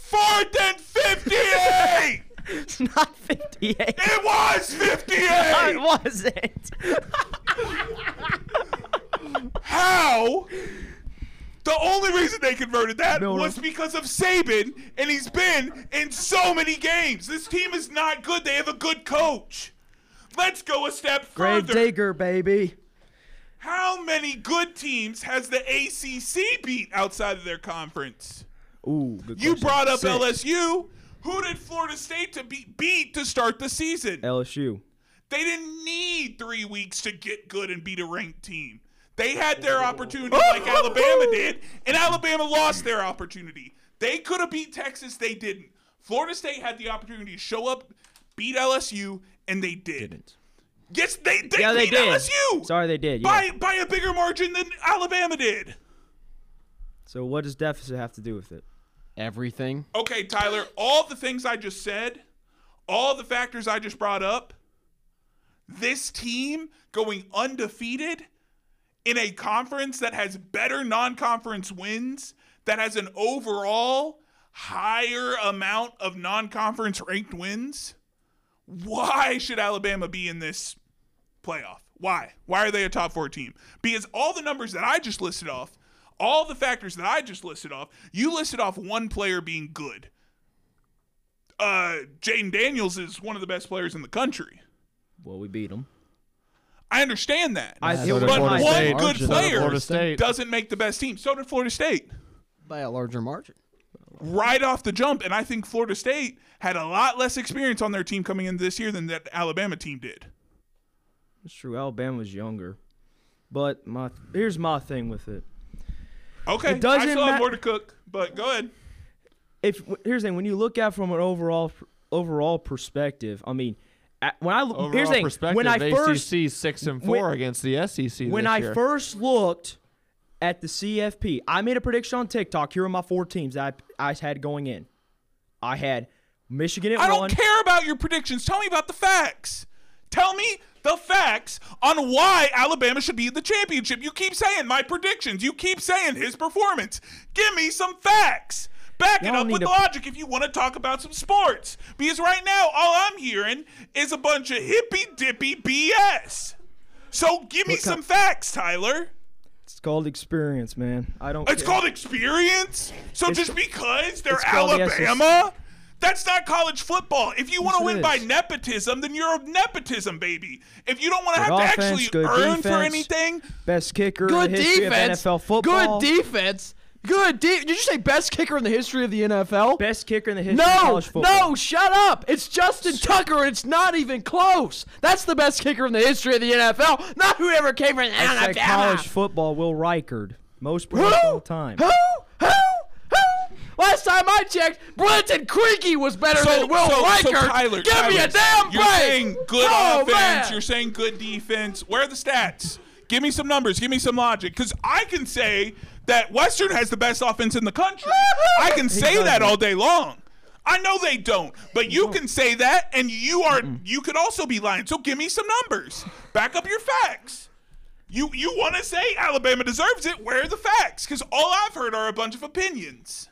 Speaker 5: Fourth and 58!
Speaker 3: it's not 58.
Speaker 5: It was
Speaker 3: [laughs]
Speaker 5: 58!
Speaker 3: What was it?
Speaker 5: How? The only reason they converted that
Speaker 3: no.
Speaker 5: was because of Saban, and he's been in so many games. This team is not good. They have a good coach. Let's go a step
Speaker 3: Grave
Speaker 5: further.
Speaker 3: digger, baby.
Speaker 5: How many good teams has the ACC beat outside of their conference?
Speaker 3: Ooh, good
Speaker 5: You
Speaker 3: question.
Speaker 5: brought up
Speaker 3: Six.
Speaker 5: LSU. Who did Florida State to be- beat to start the season?
Speaker 3: LSU.
Speaker 5: They didn't need three weeks to get good and beat a ranked team. They had their opportunity like Alabama did, and Alabama lost their opportunity. They could have beat Texas, they didn't. Florida State had the opportunity to show up, beat LSU, and they did.
Speaker 3: Didn't.
Speaker 5: Yes, they, they
Speaker 3: Yeah, they
Speaker 5: beat
Speaker 3: did.
Speaker 5: LSU
Speaker 3: Sorry, they did. Yeah.
Speaker 5: by by a bigger margin than Alabama did.
Speaker 3: So what does deficit have to do with it?
Speaker 2: Everything.
Speaker 5: Okay, Tyler, all the things I just said, all the factors I just brought up, this team going undefeated in a conference that has better non conference wins, that has an overall higher amount of non conference ranked wins. Why should Alabama be in this playoff. Why? Why are they a top four team? Because all the numbers that I just listed off, all the factors that I just listed off, you listed off one player being good. Uh, Jaden Daniels is one of the best players in the country.
Speaker 3: Well, we beat them.
Speaker 5: I understand that.
Speaker 3: I
Speaker 2: so
Speaker 3: think
Speaker 2: did
Speaker 5: but
Speaker 4: Florida
Speaker 5: one
Speaker 4: State.
Speaker 5: good
Speaker 2: So did
Speaker 5: player
Speaker 4: Florida State.
Speaker 5: doesn't make the best team. So did Florida State
Speaker 2: By a larger margin.
Speaker 5: right off the jump. And I think Florida State had a lot less experience on their team coming into this year than that Alabama team did.
Speaker 3: it's true. Alabama's younger, but my here's my thing with it.
Speaker 5: Okay,
Speaker 3: It doesn't
Speaker 5: I still have
Speaker 3: ma-
Speaker 5: more to cook, but go ahead.
Speaker 3: if w- here's the thing, when you look at from an overall overall perspective, I mean, at, when I look-
Speaker 4: Overall
Speaker 3: here's the thing,
Speaker 4: perspective,
Speaker 3: when I first
Speaker 4: ACC six and
Speaker 3: when-
Speaker 4: four against the SEC.
Speaker 3: when
Speaker 4: this
Speaker 3: I
Speaker 4: year.
Speaker 3: first looked at the CFP, I made a prediction on TikTok. Here are my four teams that I, I had going in. I had Michigan at
Speaker 5: I don't
Speaker 3: one.
Speaker 5: care about your predictions. Tell me about the facts. Tell me the facts on why Alabama should be in the championship. You keep saying my predictions. You keep saying his performance. Give me some facts. Back it
Speaker 3: Y'all
Speaker 5: up
Speaker 3: need
Speaker 5: with
Speaker 3: to-
Speaker 5: logic if you want to talk about some sports. Because right now, all I'm hearing is a bunch of hippy dippy BS. So give me some facts, Tyler.
Speaker 3: It's called experience, man. I don't.
Speaker 5: It's
Speaker 3: care.
Speaker 5: called experience. So just because they're
Speaker 3: it's called the SEC.
Speaker 5: Alabama, that's not college football. If you want
Speaker 3: Yes,
Speaker 5: to
Speaker 3: it
Speaker 5: win by
Speaker 3: is.
Speaker 5: nepotism, then you're a nepotism baby. If you don't want to
Speaker 3: Good
Speaker 5: have to
Speaker 3: offense,
Speaker 5: actually
Speaker 3: good
Speaker 5: earn for
Speaker 3: defense.
Speaker 5: anything,
Speaker 3: best kicker
Speaker 2: Good
Speaker 3: in the history
Speaker 2: defense.
Speaker 3: of NFL football.
Speaker 2: Good defense. Good de- Did you say best kicker in the history of the NFL?
Speaker 3: best kicker in the history of
Speaker 2: no,
Speaker 3: college football.
Speaker 2: no, shut up. It's Justin Tucker, and it's not even close. That's the best kicker in the history of the NFL, not whoever came from
Speaker 3: It's like
Speaker 2: Alabama.
Speaker 3: college football. Will Reichard, most
Speaker 2: Who?
Speaker 3: players of all time.
Speaker 2: Who? Who? Who? Last time I checked, Brenton Creaky was better
Speaker 5: so,
Speaker 2: than Will
Speaker 5: so, so
Speaker 2: Riker.
Speaker 5: Tyler,
Speaker 2: Give me a
Speaker 5: Tyler,
Speaker 2: damn
Speaker 5: You're
Speaker 2: break.
Speaker 5: saying good
Speaker 2: Oh,
Speaker 5: offense.
Speaker 2: man.
Speaker 5: You're saying good defense. Where are the stats? Give me some numbers. Give me some logic. Because I can say that Western has the best offense in
Speaker 2: [laughs]
Speaker 5: the country. I can say that all day long. I know they don't, but you can say that, and you are you could also be lying. So give me some numbers. Back up your facts. You you want to say Alabama deserves it? Where are the facts? Because all I've heard are a bunch of opinions.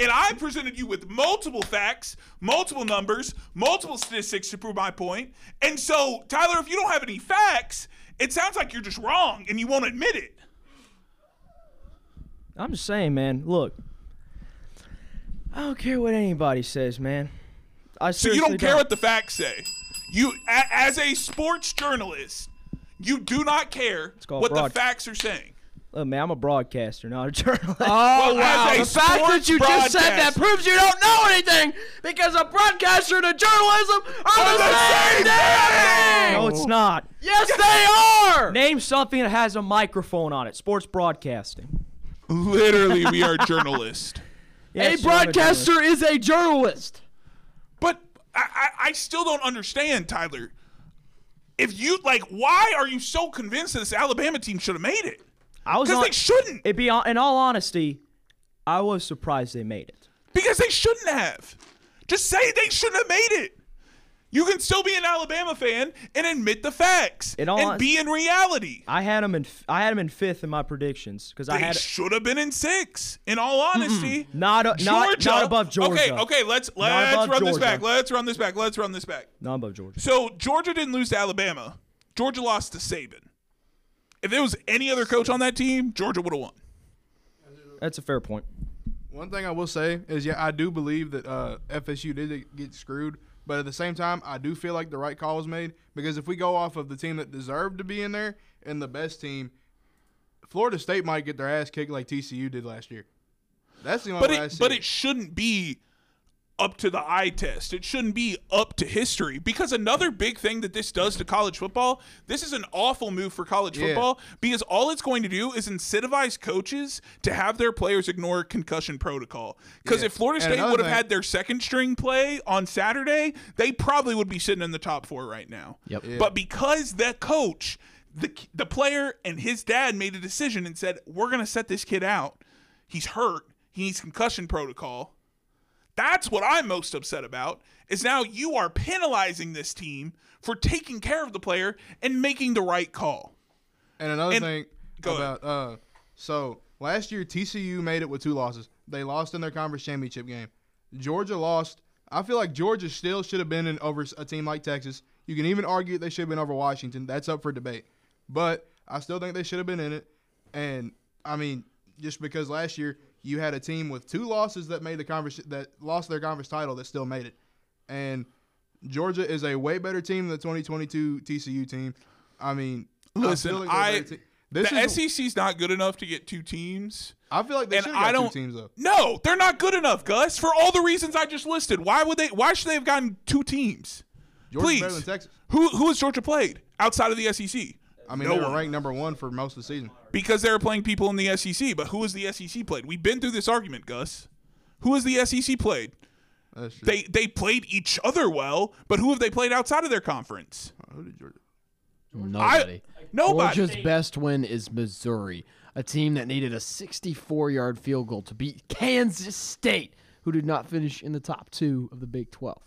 Speaker 5: And I presented you with multiple facts, multiple numbers, multiple statistics to prove my point. And so, Tyler, if you don't have any facts, it sounds like you're just wrong and you won't admit it.
Speaker 3: I'm just saying, man. Look, I don't care what anybody says, man. I
Speaker 5: So you don't care what the facts say. You, a, as a sports journalist, you do not care
Speaker 3: called
Speaker 5: what the
Speaker 3: broad-
Speaker 5: facts are saying.
Speaker 3: Look, man, I'm a broadcaster, not a journalist.
Speaker 2: Oh
Speaker 3: [laughs]
Speaker 5: Well,
Speaker 2: wow!
Speaker 5: as a
Speaker 2: The fact that
Speaker 5: sports
Speaker 2: you just said that
Speaker 5: broadcast-
Speaker 2: proves you don't know anything because a broadcaster and a journalism are the, same damn thing.
Speaker 3: no, it's not. [laughs]
Speaker 2: Yes, they are.
Speaker 3: Name something that has a microphone on it. Sports broadcasting.
Speaker 5: Literally, we are journalists.
Speaker 2: A
Speaker 3: Yes, you're a journalist.
Speaker 2: broadcaster is a journalist.
Speaker 5: But I, I, I still don't understand, Tyler. If you like, why are you so convinced that this Alabama team should have made it?
Speaker 3: I was
Speaker 5: Because
Speaker 3: on,
Speaker 5: they shouldn't.
Speaker 3: it be on, in all honesty, I was surprised they made it.
Speaker 5: Because they shouldn't have. Just say they shouldn't have made it. You can still be an Alabama fan and admit the facts
Speaker 3: In
Speaker 5: and
Speaker 3: all hon-
Speaker 5: be in reality.
Speaker 3: I had them in f- I had 'em in fifth in my predictions because I
Speaker 5: They
Speaker 3: had
Speaker 5: should have been in six. In all honesty,
Speaker 3: not a, not,
Speaker 5: Georgia.
Speaker 3: not above Georgia.
Speaker 5: Okay, okay. Let's let's
Speaker 3: above
Speaker 5: run this
Speaker 3: Georgia.
Speaker 5: back. Let's run this back. Let's run this back.
Speaker 3: Not above Georgia.
Speaker 5: So Georgia didn't lose to Alabama. Georgia lost to Saban. If there was any other coach on that team, Georgia would have won.
Speaker 3: That's a fair point.
Speaker 6: One thing I will say is, yeah, I do believe that uh, FSU did get screwed, but at the same time, I do feel like the right call was made because if we go off of the team that deserved to be in there and the best team, Florida State might get their ass kicked like TCU did last year. That's the only
Speaker 5: But
Speaker 6: way Oh, I
Speaker 5: it
Speaker 6: see
Speaker 5: but it shouldn't be up to the eye test. It shouldn't be up to history because another big thing that this does to college football, this is an awful move for college
Speaker 6: Yeah.
Speaker 5: football because all it's going to do is incentivize coaches to have their players ignore concussion protocol. Because
Speaker 6: Yeah.
Speaker 5: if Florida
Speaker 6: And
Speaker 5: State
Speaker 6: another
Speaker 5: would have
Speaker 6: thing-
Speaker 5: had their second string play on Saturday, they probably would be sitting in the top 4 right now.
Speaker 2: Yep. Yeah.
Speaker 5: But because the coach the, the player and his dad made a decision and said, "We're going to set this kid out. He's hurt. He needs concussion protocol." That's what I'm most upset about is now you are penalizing this team for taking care of the player and making the right call.
Speaker 6: And another
Speaker 5: And-
Speaker 6: thing
Speaker 5: go ahead.
Speaker 6: about uh, so last year TCU made it with two losses. They lost in their conference championship game. Georgia lost. I feel like Georgia still should have been in over a team like Texas. You can even argue they should have been over Washington. That's up for debate. But I still think they should have been in it. And I mean, just because last year you had a team with two losses that made the conference that lost their conference title that still made it. And Georgia is a way better team than the 2022 TCU team. I mean, I
Speaker 5: Listen,
Speaker 6: feel like they're a
Speaker 5: I,
Speaker 6: better team. this
Speaker 5: the
Speaker 6: is,
Speaker 5: SEC's not good enough to get two teams.
Speaker 6: I feel like they
Speaker 5: and
Speaker 6: should
Speaker 5: I
Speaker 6: have got
Speaker 5: don't-
Speaker 6: two teams though.
Speaker 5: No, they're not good enough, Gus, for all the reasons I just listed. Why would they why should they have gotten two teams?
Speaker 6: Georgia's
Speaker 5: Please.
Speaker 6: better than Texas.
Speaker 5: Who who has Georgia played outside of the SEC?
Speaker 6: I mean,
Speaker 5: No
Speaker 6: they were
Speaker 5: one.
Speaker 6: ranked number one for most of the season.
Speaker 5: Because they're playing people in the SEC, but who has the SEC played? We've been through this argument, Gus. Who has the SEC played?
Speaker 6: That's true.
Speaker 5: They they played each other well, but who have they played outside of their conference?
Speaker 6: Who did Georgia?
Speaker 2: Nobody.
Speaker 5: I nobody.
Speaker 2: Georgia's best win is Missouri, a team that needed a 64 yard field goal to beat Kansas State, who did not finish in the top two of the Big 12.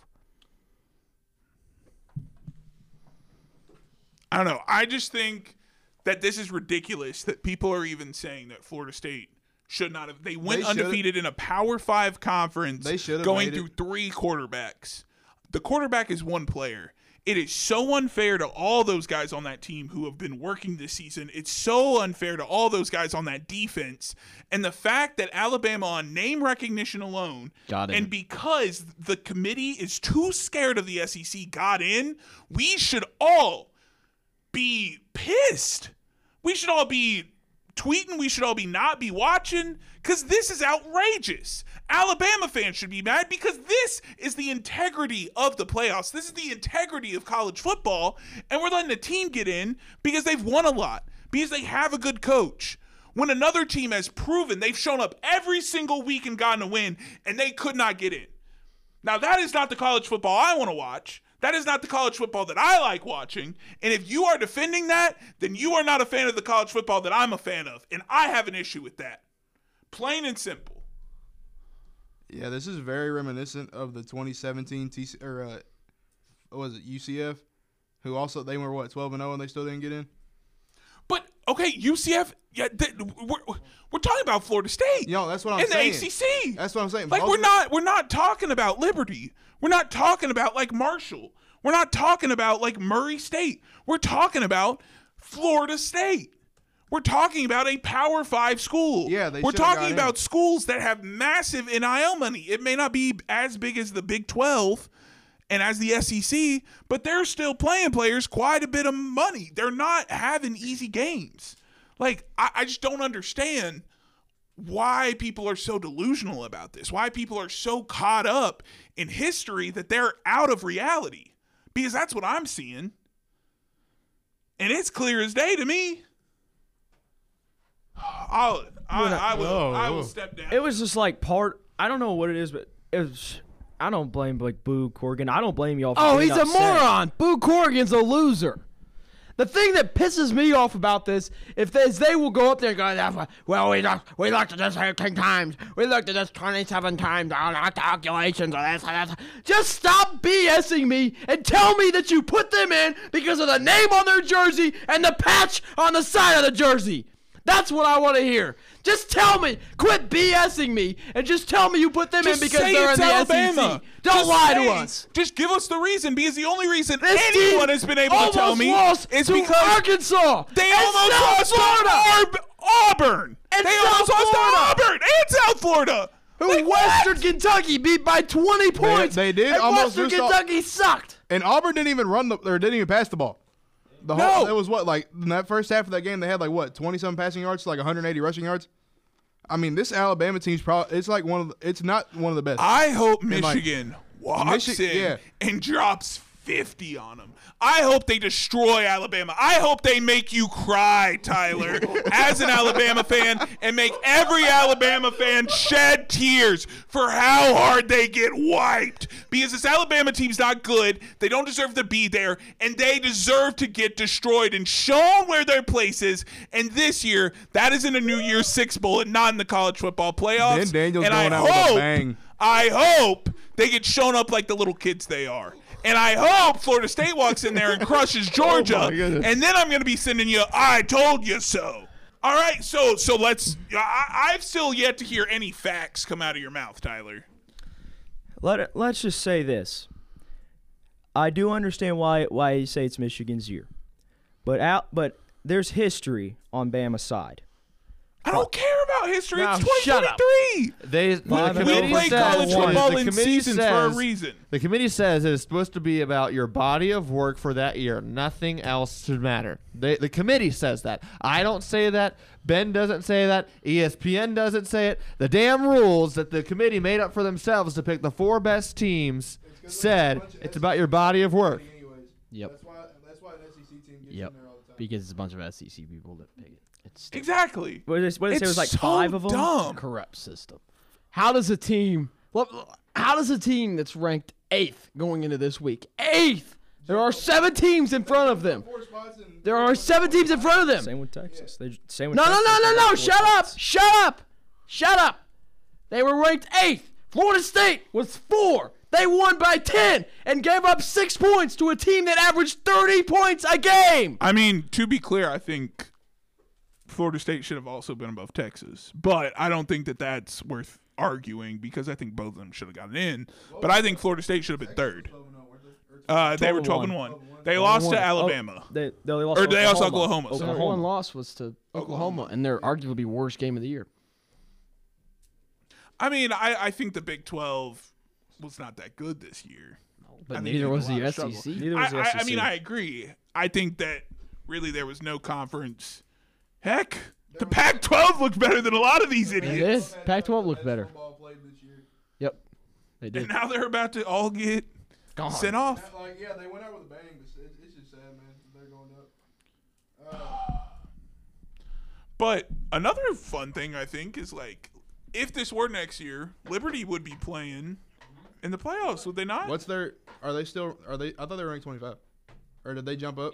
Speaker 5: I don't know. I just think that this is ridiculous that people are even saying that Florida State should not have. They went
Speaker 6: They should've-
Speaker 5: undefeated in a Power Five conference.
Speaker 6: They should've
Speaker 5: going
Speaker 6: made
Speaker 5: through
Speaker 6: it-
Speaker 5: three quarterbacks. The quarterback is one player. It is so unfair to all those guys on that team who have been working this season. It's so unfair to all those guys on that defense. And the fact that Alabama, on name recognition alone,
Speaker 2: Got in.
Speaker 5: and because the committee is too scared of the SEC, got in, we should all be pissed. We should all be tweeting. We should all be not be watching because this is outrageous. Alabama fans should be mad because this is the integrity of the playoffs. This is the integrity of college football. And we're letting a team get in because they've won a lot, because they have a good coach. When another team has proven they've shown up every single week and gotten a win, and they could not get in. Now, that is not the college football I want to watch. That is not the college football that I like watching. And if you are defending that, then you are not a fan of the college football that I'm a fan of. And I have an issue with that. Plain and simple.
Speaker 6: Yeah, this is very reminiscent of the 2017 TC or uh, what was it UCF, who also they were what 12 and 0 and they still didn't get in.
Speaker 5: But, okay, UCF, yeah, th- we're, we're talking about Florida State.
Speaker 6: Yo, that's what I'm
Speaker 5: and
Speaker 6: saying.
Speaker 5: the ACC.
Speaker 6: That's what I'm saying.
Speaker 5: Like
Speaker 6: Both
Speaker 5: we're
Speaker 6: of-
Speaker 5: not we're not talking about Liberty. We're not talking about like Marshall. We're not talking about like Murray State. We're talking about Florida State. We're talking about a Power Five school.
Speaker 6: Yeah, they
Speaker 5: we're
Speaker 6: should've got
Speaker 5: talking
Speaker 6: in.
Speaker 5: about schools that have massive NIL money. It may not be as big as the Big Twelve and as the SEC, but they're still playing players quite a bit of money. They're not having easy games. Like I, I just don't understand why people are so delusional about this, why people are so caught up in history that they're out of reality. Because that's what I'm seeing. And it's clear as day to me. [sighs] I'll, I, I will, I will step down.
Speaker 3: It was just like part. I don't know what it is, but it was. I don't blame like Boo Corgan. I don't blame y'all. For
Speaker 2: Oh,
Speaker 3: being
Speaker 2: he's a
Speaker 3: upset.
Speaker 2: moron. Boo Corrigan's a loser. The thing that pisses me off about this if they, is they will go up there and go, "Ah, well, well, we looked, we looked at this 18 times. We looked at this 27 times. All our calculations are this and this." Just stop BSing me and tell me that you put them in because of the name on their jersey and the patch on the side of the jersey. That's what I want to hear. Just tell me. Quit BSing me and just tell me you put them
Speaker 5: Just
Speaker 2: in because
Speaker 5: say
Speaker 2: they're in
Speaker 5: it's
Speaker 2: the
Speaker 5: Alabama.
Speaker 2: SEC. Don't
Speaker 5: Just
Speaker 2: lie
Speaker 5: say-
Speaker 2: to us.
Speaker 5: Just give us the reason because the only reason
Speaker 2: This
Speaker 5: anyone
Speaker 2: team
Speaker 5: has been able to tell
Speaker 2: almost
Speaker 5: me
Speaker 2: lost
Speaker 5: is
Speaker 2: to
Speaker 5: because
Speaker 2: Arkansas.
Speaker 5: they
Speaker 2: and
Speaker 5: almost
Speaker 2: South
Speaker 5: lost to
Speaker 2: Florida.
Speaker 5: Ar- Auburn.
Speaker 2: And
Speaker 5: they
Speaker 2: South
Speaker 5: almost lost to
Speaker 2: Florida.
Speaker 5: Auburn and South Florida.
Speaker 2: Who Western Kentucky beat by 20 points.
Speaker 6: they did
Speaker 2: and
Speaker 6: almost
Speaker 2: Western
Speaker 6: do so-
Speaker 2: Kentucky sucked.
Speaker 6: And Auburn didn't even run the or didn't even pass the ball. The whole it was what like in that first half of that game they had like what twenty some passing yards, to, like 180 rushing yards. I mean, this Alabama team's probably it's like one of the, it's not one of the best.
Speaker 5: I hope
Speaker 6: like,
Speaker 5: Michigan walks
Speaker 6: Michi-
Speaker 5: in
Speaker 6: yeah.
Speaker 5: and drops 50 on them. I hope they destroy Alabama. I hope they make you cry,
Speaker 6: [laughs]
Speaker 5: Tyler, as an Alabama fan, and make every Alabama fan shed tears for how hard they get wiped. Because this Alabama team's not good. They don't deserve to be there, and they deserve to get destroyed and shown where their place is. And this year, that is in a New Year's Six Bowl and not in the college football playoffs.
Speaker 6: Ben Daniels
Speaker 5: and
Speaker 6: going
Speaker 5: I
Speaker 6: out with a
Speaker 5: hope
Speaker 6: bang.
Speaker 5: I hope they get shown up like the little kids they are. And I hope Florida State walks in there and
Speaker 3: [laughs]
Speaker 5: crushes
Speaker 3: Oh
Speaker 5: Georgia. and then I'm going to be sending you, I told you so. All right, so so let's. I, I've still yet to hear any facts come out of your mouth, Tyler.
Speaker 3: Let it, let's just say this. I do understand why why you say it's Michigan's year, but out but there's history on Bama's side.
Speaker 5: I don't care about history.
Speaker 4: Now,
Speaker 5: it's
Speaker 4: shut up.
Speaker 5: 2023.
Speaker 4: They the
Speaker 3: Five and
Speaker 4: committee
Speaker 5: We play
Speaker 4: says-
Speaker 5: college
Speaker 4: one,
Speaker 5: football
Speaker 4: the
Speaker 5: in
Speaker 4: committee
Speaker 5: seasons for a
Speaker 4: says-
Speaker 5: reason.
Speaker 4: The committee says it is supposed to be about your body of work for that year. Nothing else should matter. They, the committee says that. I don't say that. Ben doesn't say that. E ESPN doesn't say it. The damn rules that the committee made up for themselves to pick the four best teams said it's about your body of work.
Speaker 8: Yep.
Speaker 6: That's why that's why an SEC team gets
Speaker 8: Yep.
Speaker 6: in there all the time.
Speaker 8: Because it's a bunch of SEC people that pick it. It's stupid.
Speaker 5: Exactly.
Speaker 3: What did they, what did they say? It was like
Speaker 5: so
Speaker 3: five of them.
Speaker 5: Dumb.
Speaker 2: corrupt system. How does a team? well, How does a team that's ranked eighth going into this week? Eighth. There are seven teams in front of them.
Speaker 6: Four spots and-
Speaker 2: There are seven teams in front of them.
Speaker 3: Same with Texas. They, same with
Speaker 2: No, no,
Speaker 3: Texas.
Speaker 2: no, no,
Speaker 3: They
Speaker 2: no!
Speaker 3: got
Speaker 2: Shut
Speaker 3: four
Speaker 2: up!
Speaker 3: spots.
Speaker 2: Shut up! Shut up! They were ranked eighth. Florida State was four. They won by ten and gave up six points to a team that averaged thirty points a game.
Speaker 5: I mean, to be clear, I think Florida State should have also been above Texas, but I don't think that that's worth arguing because I think both of them should have gotten in. But I think Florida State should have been third. Uh, they were 12 and 1. They lost to Alabama.
Speaker 3: They, they lost
Speaker 5: Or
Speaker 3: to
Speaker 5: they lost to
Speaker 3: Oklahoma.
Speaker 5: Oklahoma, sorry.
Speaker 2: Their one loss was to Oklahoma, and their arguably worst game of the year.
Speaker 5: I mean, I, I think the Big 12 was not that good this year.
Speaker 2: But
Speaker 5: think
Speaker 2: neither
Speaker 5: they
Speaker 2: was
Speaker 5: had a lot
Speaker 2: the E
Speaker 5: of struggle.
Speaker 2: SEC.
Speaker 3: Neither
Speaker 5: I,
Speaker 3: was the E
Speaker 5: I, I
Speaker 3: SEC.
Speaker 5: mean, I agree. I think that really there was no conference. Heck, the Pac 12 looked better than a lot of these
Speaker 2: It
Speaker 5: idiots.
Speaker 2: is. Pac-12 looked better.
Speaker 6: Football played this year.
Speaker 2: Yep, they
Speaker 5: [laughs] And
Speaker 2: did.
Speaker 5: now they're about to all get
Speaker 2: Gone.
Speaker 5: sent off.
Speaker 6: Like yeah, they went out with a bang, but it's, it's just sad, man. They're going up.
Speaker 5: But another fun thing I think is like if this were next year, Liberty would be playing in the playoffs, would they not?
Speaker 6: What's their? Are they still? Are they? I thought they were ranked 25, or did they jump up?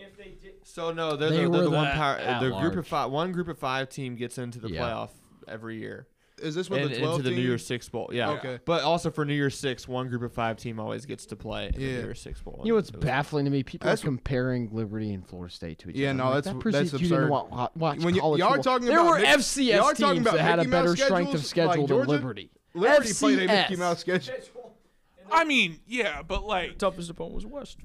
Speaker 7: So no, they're
Speaker 2: They
Speaker 7: the, they're
Speaker 2: were
Speaker 7: the one
Speaker 2: the
Speaker 7: power.
Speaker 2: at
Speaker 7: The group
Speaker 2: large.
Speaker 7: of five, one group of five team gets into the
Speaker 8: Yeah.
Speaker 7: playoff every year.
Speaker 6: Is this what
Speaker 7: And
Speaker 6: the 12
Speaker 7: into the New
Speaker 6: team-
Speaker 7: Year's Six Bowl, yeah.
Speaker 6: Okay.
Speaker 7: But also for New Year's Six, one group of five team always gets to play in the
Speaker 6: Yeah.
Speaker 7: New Year's Six Bowl.
Speaker 2: You know what's baffling to me? People are
Speaker 6: That's-
Speaker 2: comparing Liberty and Florida State to each
Speaker 6: Yeah,
Speaker 2: other.
Speaker 6: no,
Speaker 2: I'm like,
Speaker 6: that's-
Speaker 2: that proceeds
Speaker 6: that's
Speaker 2: you didn't
Speaker 6: absurd.
Speaker 2: wa- watch
Speaker 6: When y-
Speaker 2: college
Speaker 6: y'all are
Speaker 2: football.
Speaker 6: talking
Speaker 2: there
Speaker 6: about
Speaker 2: were
Speaker 6: Mick-
Speaker 2: FCS
Speaker 6: y'all are talking
Speaker 2: teams
Speaker 6: about
Speaker 2: that had a
Speaker 6: Mickey
Speaker 2: better
Speaker 6: Mouse
Speaker 2: strength of
Speaker 6: schedules, like
Speaker 2: schedule than
Speaker 6: Georgia?
Speaker 2: Liberty.
Speaker 6: Liberty played a Mickey
Speaker 2: FCS.
Speaker 6: Mouse schedule.
Speaker 5: I mean, yeah, but like
Speaker 3: Toughest opponent was West.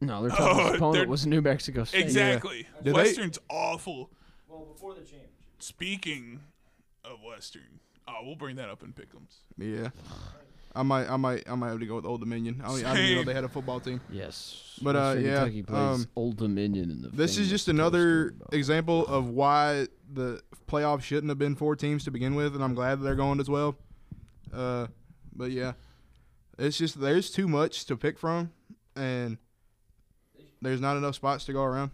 Speaker 2: No, their toughest
Speaker 5: [laughs] Oh,
Speaker 2: opponent
Speaker 5: they're-
Speaker 2: was New Mexico State.
Speaker 5: exactly.
Speaker 6: Do they-
Speaker 5: Western's awful.
Speaker 3: Well, before the championship.
Speaker 5: Speaking of Western, oh, we'll bring that up in Pick'ems.
Speaker 6: Yeah. I might, I might, I might have to go with Old Dominion. I, don't- I didn't even know
Speaker 5: Same.
Speaker 6: they had a football team.
Speaker 2: Yes.
Speaker 6: But, uh,
Speaker 2: Western
Speaker 6: yeah,
Speaker 2: Kentucky plays
Speaker 6: um,
Speaker 2: Old Dominion in the.
Speaker 6: This is
Speaker 2: famous
Speaker 6: just
Speaker 2: Toast
Speaker 6: another
Speaker 2: Bowl.
Speaker 6: example of why the playoffs shouldn't have been four teams to begin with, and I'm glad that they're going as well. Uh, but yeah, it's just there's too much to pick from, and there's not enough spots to go around.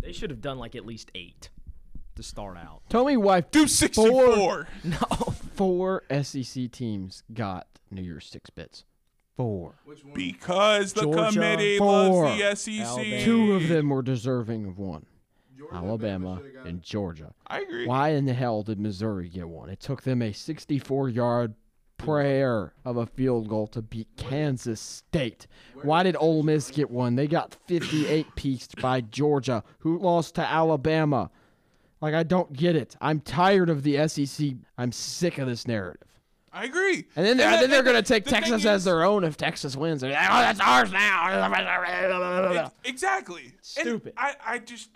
Speaker 3: They should have done like at least eight to start out.
Speaker 2: Tell me why
Speaker 5: Do 64.
Speaker 2: four SEC teams got New Year's six bits. Four.
Speaker 5: Because the
Speaker 2: Georgia,
Speaker 5: committee
Speaker 2: four.
Speaker 5: loves the E SEC.
Speaker 3: Alabama.
Speaker 2: Two of them were deserving of one. Alabama and Georgia.
Speaker 5: I agree.
Speaker 2: Why in the hell did Missouri get one? It took them a 64 yard prayer of a field goal to beat Kansas State. Why did Ole Miss get one? They got
Speaker 5: [laughs]
Speaker 2: 58 pieced by Georgia, who lost to Alabama. Like, I don't get it. I'm tired of the SEC. I'm sick of this narrative.
Speaker 5: I agree.
Speaker 2: And then they're, then they're going to take
Speaker 5: the thing
Speaker 2: Texas
Speaker 5: is-
Speaker 2: as their own if Texas wins. They're like, oh, that's ours now.
Speaker 5: [laughs] Ex- exactly. And
Speaker 2: Stupid.
Speaker 5: I, I just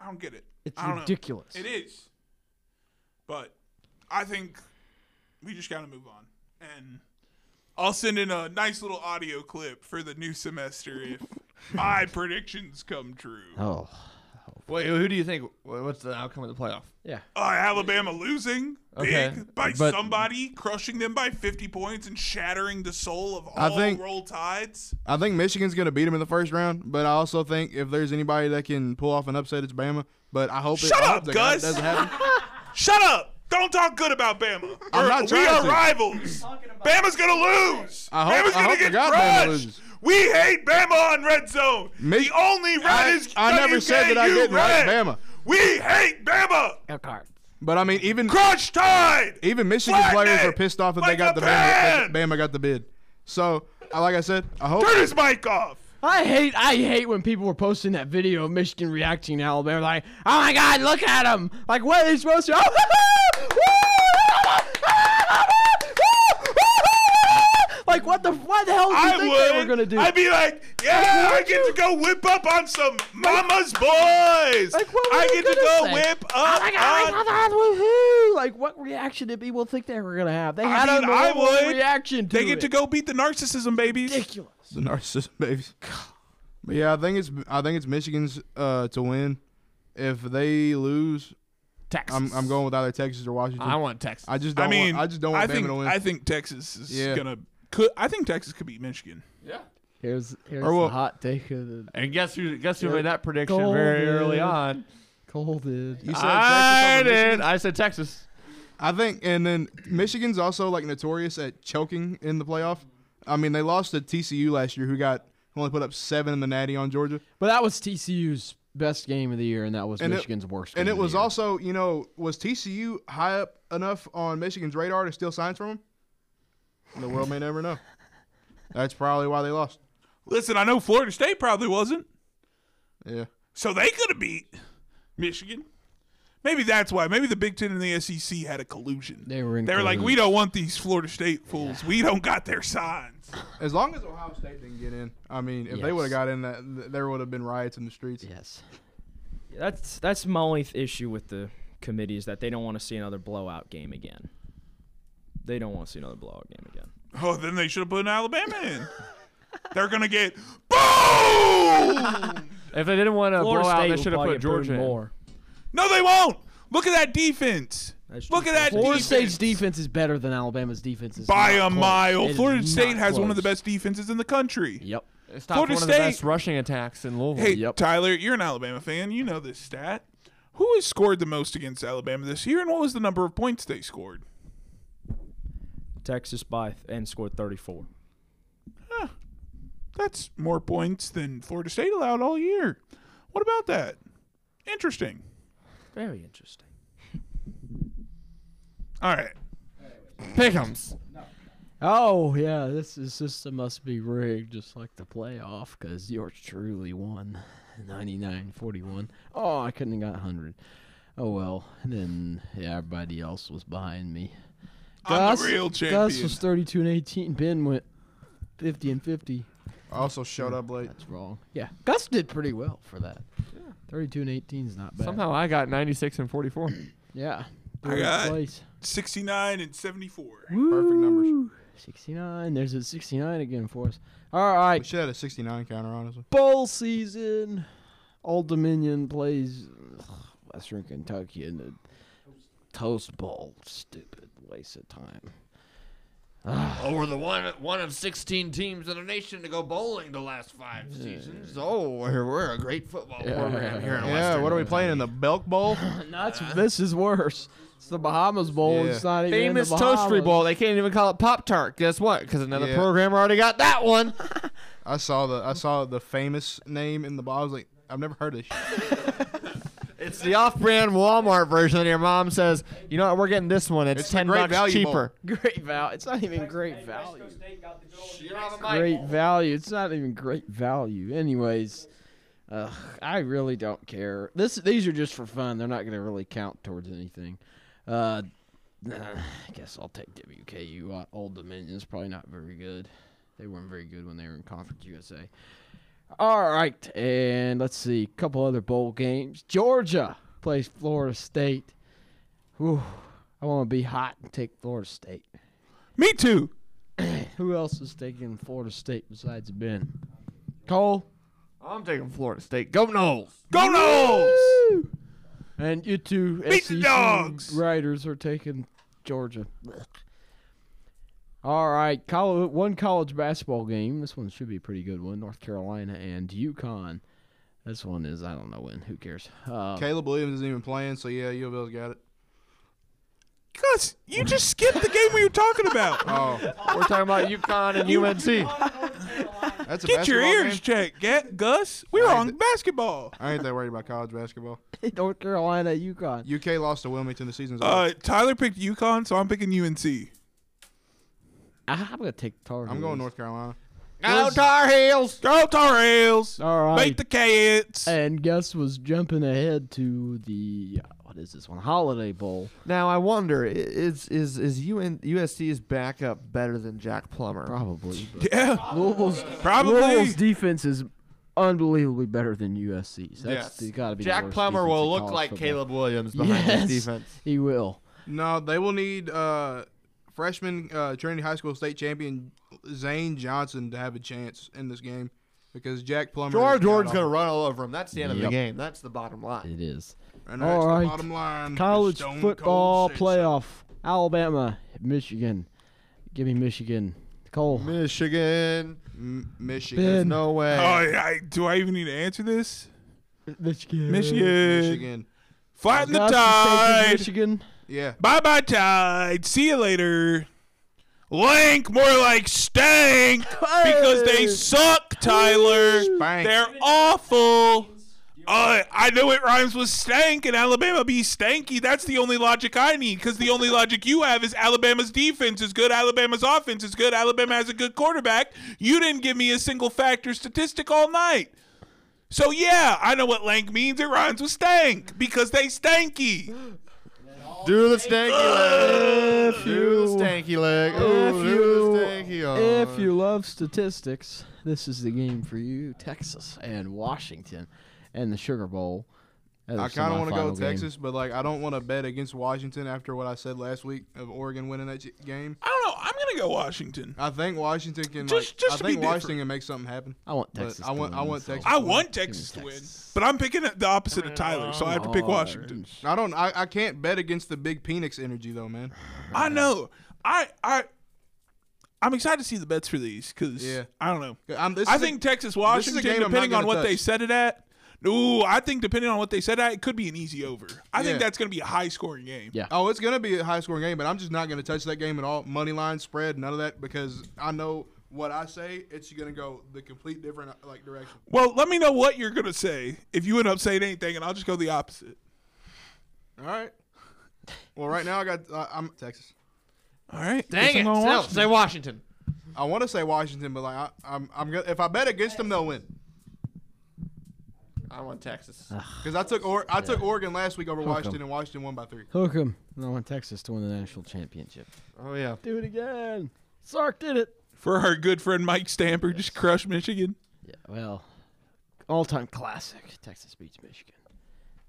Speaker 5: I don't get it.
Speaker 2: It's
Speaker 5: I don't know.
Speaker 2: ridiculous.
Speaker 5: It is. But I think we just got to move on. And I'll send in a nice little audio clip for the new semester if my predictions come true.
Speaker 2: Oh.
Speaker 4: Wait, who do you think? What's the outcome of the playoff?
Speaker 5: Uh, Alabama losing
Speaker 4: Okay,
Speaker 5: big by
Speaker 4: but-
Speaker 5: somebody, crushing them by 50 points and shattering the soul of
Speaker 6: I
Speaker 5: all
Speaker 6: think-
Speaker 5: roll tides.
Speaker 6: I think Michigan's going to beat them in the first round, but I also think if there's anybody that can pull off an upset, it's Bama. But I hope it,
Speaker 5: Shut
Speaker 6: I hope
Speaker 5: up,
Speaker 6: that
Speaker 5: Gus!
Speaker 6: doesn't happen.
Speaker 5: Shut up! Don't talk good about Bama.
Speaker 6: I'm
Speaker 5: We're-
Speaker 6: not
Speaker 5: we
Speaker 6: trying
Speaker 5: are
Speaker 6: to.
Speaker 5: rivals. Bama's gonna lose.
Speaker 6: I hope-
Speaker 5: Bama's
Speaker 6: I
Speaker 5: gonna
Speaker 6: hope to
Speaker 5: get
Speaker 6: God Bama
Speaker 5: crushed.
Speaker 6: loses.
Speaker 5: we hate Bama on red zone.
Speaker 6: Me-
Speaker 5: the only route
Speaker 6: I-
Speaker 5: is
Speaker 6: I never said that I
Speaker 5: WKU
Speaker 6: didn't like
Speaker 5: red.
Speaker 6: Bama.
Speaker 5: We hate Bama.
Speaker 6: But I mean, even
Speaker 5: Crunch tide.
Speaker 6: even Michigan
Speaker 5: Flatten
Speaker 6: players
Speaker 5: it
Speaker 6: are pissed off that
Speaker 5: like
Speaker 6: they got
Speaker 5: a
Speaker 6: the Bama, that
Speaker 5: pen!
Speaker 6: Bama got the bid. So, I- like I said, I hope.
Speaker 5: Turn his mic off.
Speaker 2: I hate I hate when people were posting that video of Michigan reacting to Alabama like, oh my god, look at him! Like what are they supposed to [laughs] "Oh, Like what the what the hell did you
Speaker 5: I
Speaker 2: think
Speaker 5: would.
Speaker 2: they were gonna do?
Speaker 5: I'd be like, yeah, I get to go whip up on some mama's boys.
Speaker 2: like, what were
Speaker 5: I
Speaker 2: they
Speaker 5: get to
Speaker 2: gonna
Speaker 5: go
Speaker 2: say?
Speaker 5: whip
Speaker 2: Oh
Speaker 5: up
Speaker 2: my god,
Speaker 5: on.
Speaker 2: my God, woohoo! Like what reaction did people think they were gonna have? They had
Speaker 5: mean,
Speaker 2: a
Speaker 5: I
Speaker 2: normal
Speaker 5: would.
Speaker 2: reaction to
Speaker 5: They get to
Speaker 2: it.
Speaker 5: go beat the narcissism, babies.
Speaker 2: ridiculous.
Speaker 6: the [laughs] narcissism babies. But yeah, I think it's I think it's Michigan's uh, to win. If they lose,
Speaker 4: Texas.
Speaker 6: I'm I'm going with either Texas or Washington.
Speaker 4: I want Texas.
Speaker 6: I just don't
Speaker 5: I mean,
Speaker 6: want, I just don't want
Speaker 5: I
Speaker 6: Bama
Speaker 5: think,
Speaker 6: to win.
Speaker 5: I think Texas is
Speaker 6: Yeah.
Speaker 5: gonna. Could, I think Texas could beat Michigan.
Speaker 2: Here's here's
Speaker 6: Or
Speaker 2: the
Speaker 6: what-
Speaker 2: hot take of the
Speaker 4: and guess who? Guess who
Speaker 2: You're
Speaker 4: made that prediction very early
Speaker 2: golden.
Speaker 4: on?
Speaker 2: colded.
Speaker 6: you said
Speaker 4: I
Speaker 6: Texas over
Speaker 4: did.
Speaker 6: Michigan?
Speaker 4: I said Texas.
Speaker 6: I think, and then Michigan's also like notorious at choking in the playoff. I mean, they lost to TCU last year, who got who only put up seven in the Natty on Georgia,
Speaker 2: But that was TCU's best game of the year, and that was
Speaker 6: And it-
Speaker 2: Michigan's worst. Game
Speaker 6: and it
Speaker 2: of the
Speaker 6: was
Speaker 2: year.
Speaker 6: also you know was TCU high up enough on Michigan's radar to steal signs from them? The world may never know. That's probably why they lost.
Speaker 5: Listen, I know Florida State probably wasn't,
Speaker 6: Yeah,
Speaker 5: so they could have beat Michigan. Maybe that's why. Maybe the Big Ten and the SEC had a collusion.
Speaker 2: They were in
Speaker 5: They were like,
Speaker 2: collusion.
Speaker 5: we don't want these Florida State fools. We don't got their signs. [laughs]
Speaker 6: as long as Ohio State didn't get in. I mean, if they
Speaker 2: Yes.
Speaker 6: would have got in, that th- there would have been riots in the streets.
Speaker 2: yes.
Speaker 3: Yeah, that's that's my only th- issue with the committee is that they don't want to see another blowout game again. They don't want to see another blowout game again.
Speaker 5: Oh, then they should have put an Alabama
Speaker 2: [laughs]
Speaker 5: in. They're gonna get boom.
Speaker 2: [laughs]
Speaker 4: If they didn't want to blow
Speaker 3: Florida
Speaker 4: out,
Speaker 3: State
Speaker 4: they
Speaker 3: will
Speaker 4: should have
Speaker 3: probably
Speaker 4: put
Speaker 3: get booed
Speaker 4: Georgia. in.
Speaker 3: more.
Speaker 5: No, they won't. Look at that defense.
Speaker 3: That's
Speaker 5: Look
Speaker 3: true.
Speaker 5: at that
Speaker 2: Florida
Speaker 5: defense.
Speaker 2: State's defense is better than Alabama's defense. It's not
Speaker 5: by
Speaker 2: close.
Speaker 5: a
Speaker 2: It
Speaker 5: mile.
Speaker 2: is
Speaker 5: Florida State
Speaker 2: not
Speaker 5: has one of the
Speaker 2: close.
Speaker 5: best defenses in the country.
Speaker 2: Yep.
Speaker 4: It stopped
Speaker 5: Florida
Speaker 4: one of the
Speaker 5: State-
Speaker 4: best rushing attacks in Louisville.
Speaker 5: Hey,
Speaker 2: Yep.
Speaker 5: Tyler, you're an Alabama fan. You know this stat. Who has scored the most against Alabama this year, and what was the number of points they scored?
Speaker 3: Texas by th- and scored 34.
Speaker 5: That's more points than Florida State allowed all year. What about that? Interesting.
Speaker 3: Very interesting.
Speaker 5: All right.
Speaker 4: Pick'ems.
Speaker 2: Oh yeah, this is system must be rigged, just like the playoff, because yours truly won, 99-41. Oh, I couldn't have got hundred. Oh well. And then yeah, everybody else was behind me.
Speaker 5: I'm the real
Speaker 2: Gus
Speaker 5: champion.
Speaker 2: was thirty-two and eighteen. Ben went fifty and fifty.
Speaker 6: I also showed up late.
Speaker 2: That's wrong. Yeah, Gus did pretty well for that. Thirty-two and eighteen is not bad.
Speaker 4: Somehow I got 96 and 44.
Speaker 2: Yeah.
Speaker 5: I
Speaker 2: Third
Speaker 5: got-
Speaker 2: place.
Speaker 5: 69 and 74.
Speaker 6: Perfect numbers.
Speaker 2: Woo! 69. There's a 69 again for us. All right.
Speaker 6: We should have had a 69 counter, honestly.
Speaker 2: bowl season. Old Dominion plays ugh, Western Kentucky in the Toast Bowl. Stupid waste of time.
Speaker 4: Oh, we're the one one of 16 teams in the nation to go bowling the last five seasons. Oh, we're, we're a great football program here in
Speaker 6: Yeah, what are we playing in the Belk Bowl?
Speaker 2: That's, this is worse. It's the Bahamas Bowl.
Speaker 6: Yeah.
Speaker 2: It's not even in the
Speaker 4: Famous Toastery
Speaker 2: Bahamas.
Speaker 4: Bowl. They can't even call it Pop Tart. Guess what? Because another
Speaker 6: Yeah.
Speaker 4: program already got that one.
Speaker 6: I saw the I saw the famous name in the bowl. I was like, I've never heard of this. shit.
Speaker 4: It's the off-brand Walmart version. that Your mom says, "You know what? We're getting this one. It's,
Speaker 6: It's the
Speaker 4: ten
Speaker 6: Great
Speaker 4: bucks
Speaker 6: Value Bowl.
Speaker 4: cheaper."
Speaker 2: Great value. It's not even great value.
Speaker 4: Great.
Speaker 2: Great value. It's not even great value. Anyways, uh, I really don't care. This these are just for fun. They're not going to really count towards anything. Uh, I guess I'll take WKU. Uh, Old Dominion's probably not very good. They weren't very good when they were in Conference USA. All right, and let's see a couple other bowl games. Georgia plays Florida State. Whew, I want to be hot and take Florida State.
Speaker 5: Me too.
Speaker 2: Who else is taking Florida State besides Ben? Cole
Speaker 4: I'm taking Florida State. Go Knowles.
Speaker 5: Go Knowles!
Speaker 2: and you two
Speaker 5: Beat the
Speaker 2: SEC
Speaker 5: dogs!
Speaker 2: Riders are taking Georgia. All right, college, one college basketball game. This one should be a pretty good one. North Carolina and UConn. This one is I don't know when. Who [laughs] cares? Uh,
Speaker 6: Caleb Williams isn't even playing, so yeah, U of L's got it.
Speaker 5: Gus, you just skipped the game we were talking
Speaker 2: [laughs]
Speaker 5: about.
Speaker 6: Oh,
Speaker 4: We're talking about UConn [laughs] and UNC.
Speaker 6: that's a
Speaker 5: Get your
Speaker 6: basketball
Speaker 5: ears
Speaker 6: game?
Speaker 5: checked, Get, Gus. We were
Speaker 6: Alright,
Speaker 5: on
Speaker 6: th-
Speaker 5: basketball.
Speaker 6: I ain't that worried about college basketball.
Speaker 2: North Carolina, UConn.
Speaker 6: UK lost to Wilmington. The season's over.
Speaker 5: Uh, Tyler picked UConn, so I'm picking UNC.
Speaker 2: I- I'm gonna take Tar.
Speaker 6: I'm going
Speaker 2: Heels.
Speaker 6: North Carolina.
Speaker 4: Go Tar Heels.
Speaker 5: Go Tar Heels.
Speaker 2: All right.
Speaker 5: Beat the Cats.
Speaker 2: and Gus was jumping ahead to the what is this one? Holiday Bowl.
Speaker 4: Now I wonder i- is is is UN, USC's backup better than Jack
Speaker 2: [laughs]
Speaker 4: Plummer?
Speaker 2: Probably. but
Speaker 5: Yeah,
Speaker 2: Louisville's
Speaker 5: Probably.
Speaker 2: Louisville's defense is unbelievably better than USC's. That's
Speaker 4: Yes.
Speaker 2: got to be the
Speaker 4: Jack
Speaker 2: worst
Speaker 4: Plummer
Speaker 2: defense
Speaker 4: will
Speaker 2: in
Speaker 4: look
Speaker 2: college
Speaker 4: like
Speaker 2: football.
Speaker 4: Caleb Williams behind
Speaker 2: Yes. [laughs]
Speaker 4: this defense.
Speaker 2: He will.
Speaker 6: No, they will need uh, freshman uh, Trinity High School state champion Zane Johnson to have a chance in this game because Jack Plummer.
Speaker 4: George Jordan's
Speaker 6: got
Speaker 4: going to run all over him. That's the end of the
Speaker 2: Yep.
Speaker 4: game. That's the bottom line.
Speaker 2: It is
Speaker 6: And
Speaker 2: All
Speaker 6: that's the
Speaker 2: right.
Speaker 6: bottom line.
Speaker 2: college
Speaker 6: Stone Cold
Speaker 2: football
Speaker 6: said
Speaker 2: playoff. Alabama, Michigan. Give me Michigan. Cole.
Speaker 4: Michigan.
Speaker 6: so. M-
Speaker 2: Ben.
Speaker 6: Michigan.
Speaker 4: No way.
Speaker 5: [laughs] Oh, I, do I even need to answer this?
Speaker 2: Michigan.
Speaker 5: Michigan.
Speaker 6: Michigan.
Speaker 5: Flatten the
Speaker 2: Gus is taking
Speaker 5: tide.
Speaker 2: Michigan.
Speaker 6: Yeah.
Speaker 5: Bye bye, Tide. See you later. Lank, more like stank, because they suck, Tyler.
Speaker 6: Spank.
Speaker 5: They're awful. Uh, I know it rhymes with stank, and Alabama be stanky. That's the only logic I need, because the only logic you have is Alabama's defense is good, Alabama's offense is good, Alabama has a good quarterback. You didn't give me a single factor statistic all night. So, yeah, I know what lank means. It rhymes with stank, because they stanky.
Speaker 4: Do the stanky leg. Do the stanky leg. Ooh,
Speaker 2: If
Speaker 4: do the
Speaker 2: you-
Speaker 4: stanky arm.
Speaker 2: If you love statistics, this is the game for you. Texas and Washington and the Sugar Bowl.
Speaker 6: I kind of
Speaker 2: want to
Speaker 6: go Texas, but like I don't want to bet against Washington after what I said last week of Oregon winning that j- game.
Speaker 5: I don't know. I'm going to go Washington.
Speaker 6: I think Washington can.
Speaker 5: Just-
Speaker 6: like,
Speaker 5: just
Speaker 6: I
Speaker 5: to be
Speaker 6: think
Speaker 5: different.
Speaker 6: Washington can make something happen.
Speaker 2: I want
Speaker 6: But
Speaker 2: Texas.
Speaker 6: I
Speaker 2: to
Speaker 6: want- I
Speaker 2: win,
Speaker 6: want
Speaker 2: so-
Speaker 6: Texas.
Speaker 5: I want Texas
Speaker 2: Give
Speaker 5: to
Speaker 2: me
Speaker 5: win,
Speaker 2: Texas.
Speaker 5: but I'm picking the opposite of Tyler, so I have to pick Washington.
Speaker 6: I don't. I, I can't bet against the big Phoenix energy though, man.
Speaker 5: I know. I I I'm excited to see the bets for these because
Speaker 6: Yeah.
Speaker 5: I don't know.
Speaker 6: I'm, this
Speaker 5: I
Speaker 6: is a-
Speaker 5: think Texas
Speaker 6: this is a
Speaker 5: Washington,
Speaker 6: game I'm not
Speaker 5: depending on
Speaker 6: gonna
Speaker 5: what they
Speaker 6: touch.
Speaker 5: set it at. Ooh, I think depending on what they set at, it could be an easy over. I think
Speaker 6: Yeah.
Speaker 5: that's going to be a high scoring game.
Speaker 2: Yeah.
Speaker 6: Oh, it's gonna be a high scoring game, but I'm just not gonna touch that game at all. Money line spread, none of that, because I know what I say. It's gonna go the complete different uh, like direction.
Speaker 5: Well, let me know what you're going to say if you end up saying anything, and I'll just go the opposite.
Speaker 6: All right. Well, right now I got uh, I'm Texas.
Speaker 5: All right.
Speaker 4: Dang
Speaker 5: Guess I'm
Speaker 4: it.
Speaker 5: going
Speaker 4: Still,
Speaker 5: Washington.
Speaker 4: say Washington.
Speaker 6: I want to say Washington, but like I, I'm I'm gonna, if I bet against them, they'll win.
Speaker 4: I want Texas.
Speaker 6: Because I took or, I took Oregon last week over Washington, and Washington won by three.
Speaker 2: Hook 'em. And I want Texas to win the national championship.
Speaker 4: Oh, yeah.
Speaker 2: Do it again. Sark did it.
Speaker 5: For our good friend Mike Stamper, just crushed Michigan.
Speaker 2: Yeah, well, all time classic. Texas beats Michigan.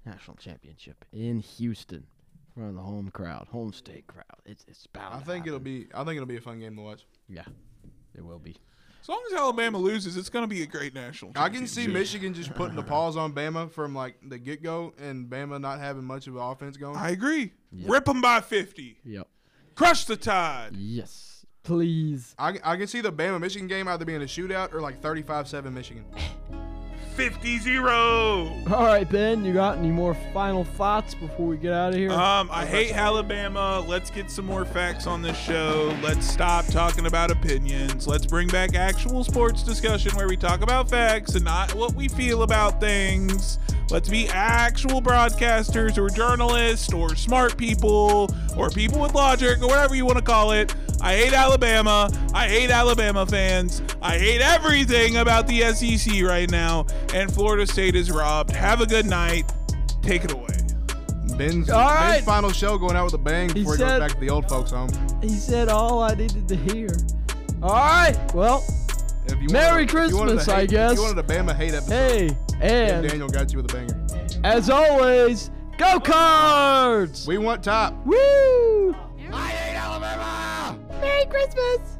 Speaker 2: National championship in Houston. From the home crowd, home state crowd. It's it's bound.
Speaker 6: I
Speaker 2: to
Speaker 6: think it'll
Speaker 2: happen.
Speaker 6: be I think it'll be a fun game to watch.
Speaker 2: Yeah, it will be.
Speaker 5: As long as Alabama loses, it's going to be a great national.
Speaker 6: I can see
Speaker 5: championship.
Speaker 6: Michigan just putting the pause on Bama from like the get go, and Bama not having much of an offense going.
Speaker 5: I agree. Rip them by 50.
Speaker 2: Yep.
Speaker 5: Crush the tide.
Speaker 2: Yes. Please.
Speaker 6: I, I can see the Bama Michigan game either being a shootout or like 35 7 Michigan.
Speaker 5: 50 0.
Speaker 2: All right, Ben, you got any more final thoughts before we get out of here?
Speaker 5: Um, I hate Alabama. Let's get some more facts on this show. Let's stop talking about opinions. Let's bring back actual sports discussion where we talk about facts and not what we feel about things. Let's be actual broadcasters or journalists or smart people or people with logic or whatever you want to call it. I hate Alabama. I hate Alabama fans. I hate everything about the SEC right now. And Florida State is robbed. Have a good night. Take it away.
Speaker 6: Ben's,
Speaker 2: All right.
Speaker 6: Ben's final show going out with a bang before he,
Speaker 2: said-
Speaker 6: goes back to the old folks home.
Speaker 2: he said all I needed to hear. All right. Well,
Speaker 6: If If you
Speaker 3: Merry
Speaker 6: wanted- if you wanted
Speaker 3: Christmas,
Speaker 6: a hate-
Speaker 3: I guess.
Speaker 6: If you wanted a Bama hate episode,
Speaker 3: Hey, and
Speaker 6: Daniel got you with a banger.
Speaker 3: as always, go cards!
Speaker 6: We want top.
Speaker 3: Woo!
Speaker 9: I hate Alabama!
Speaker 3: Merry Christmas!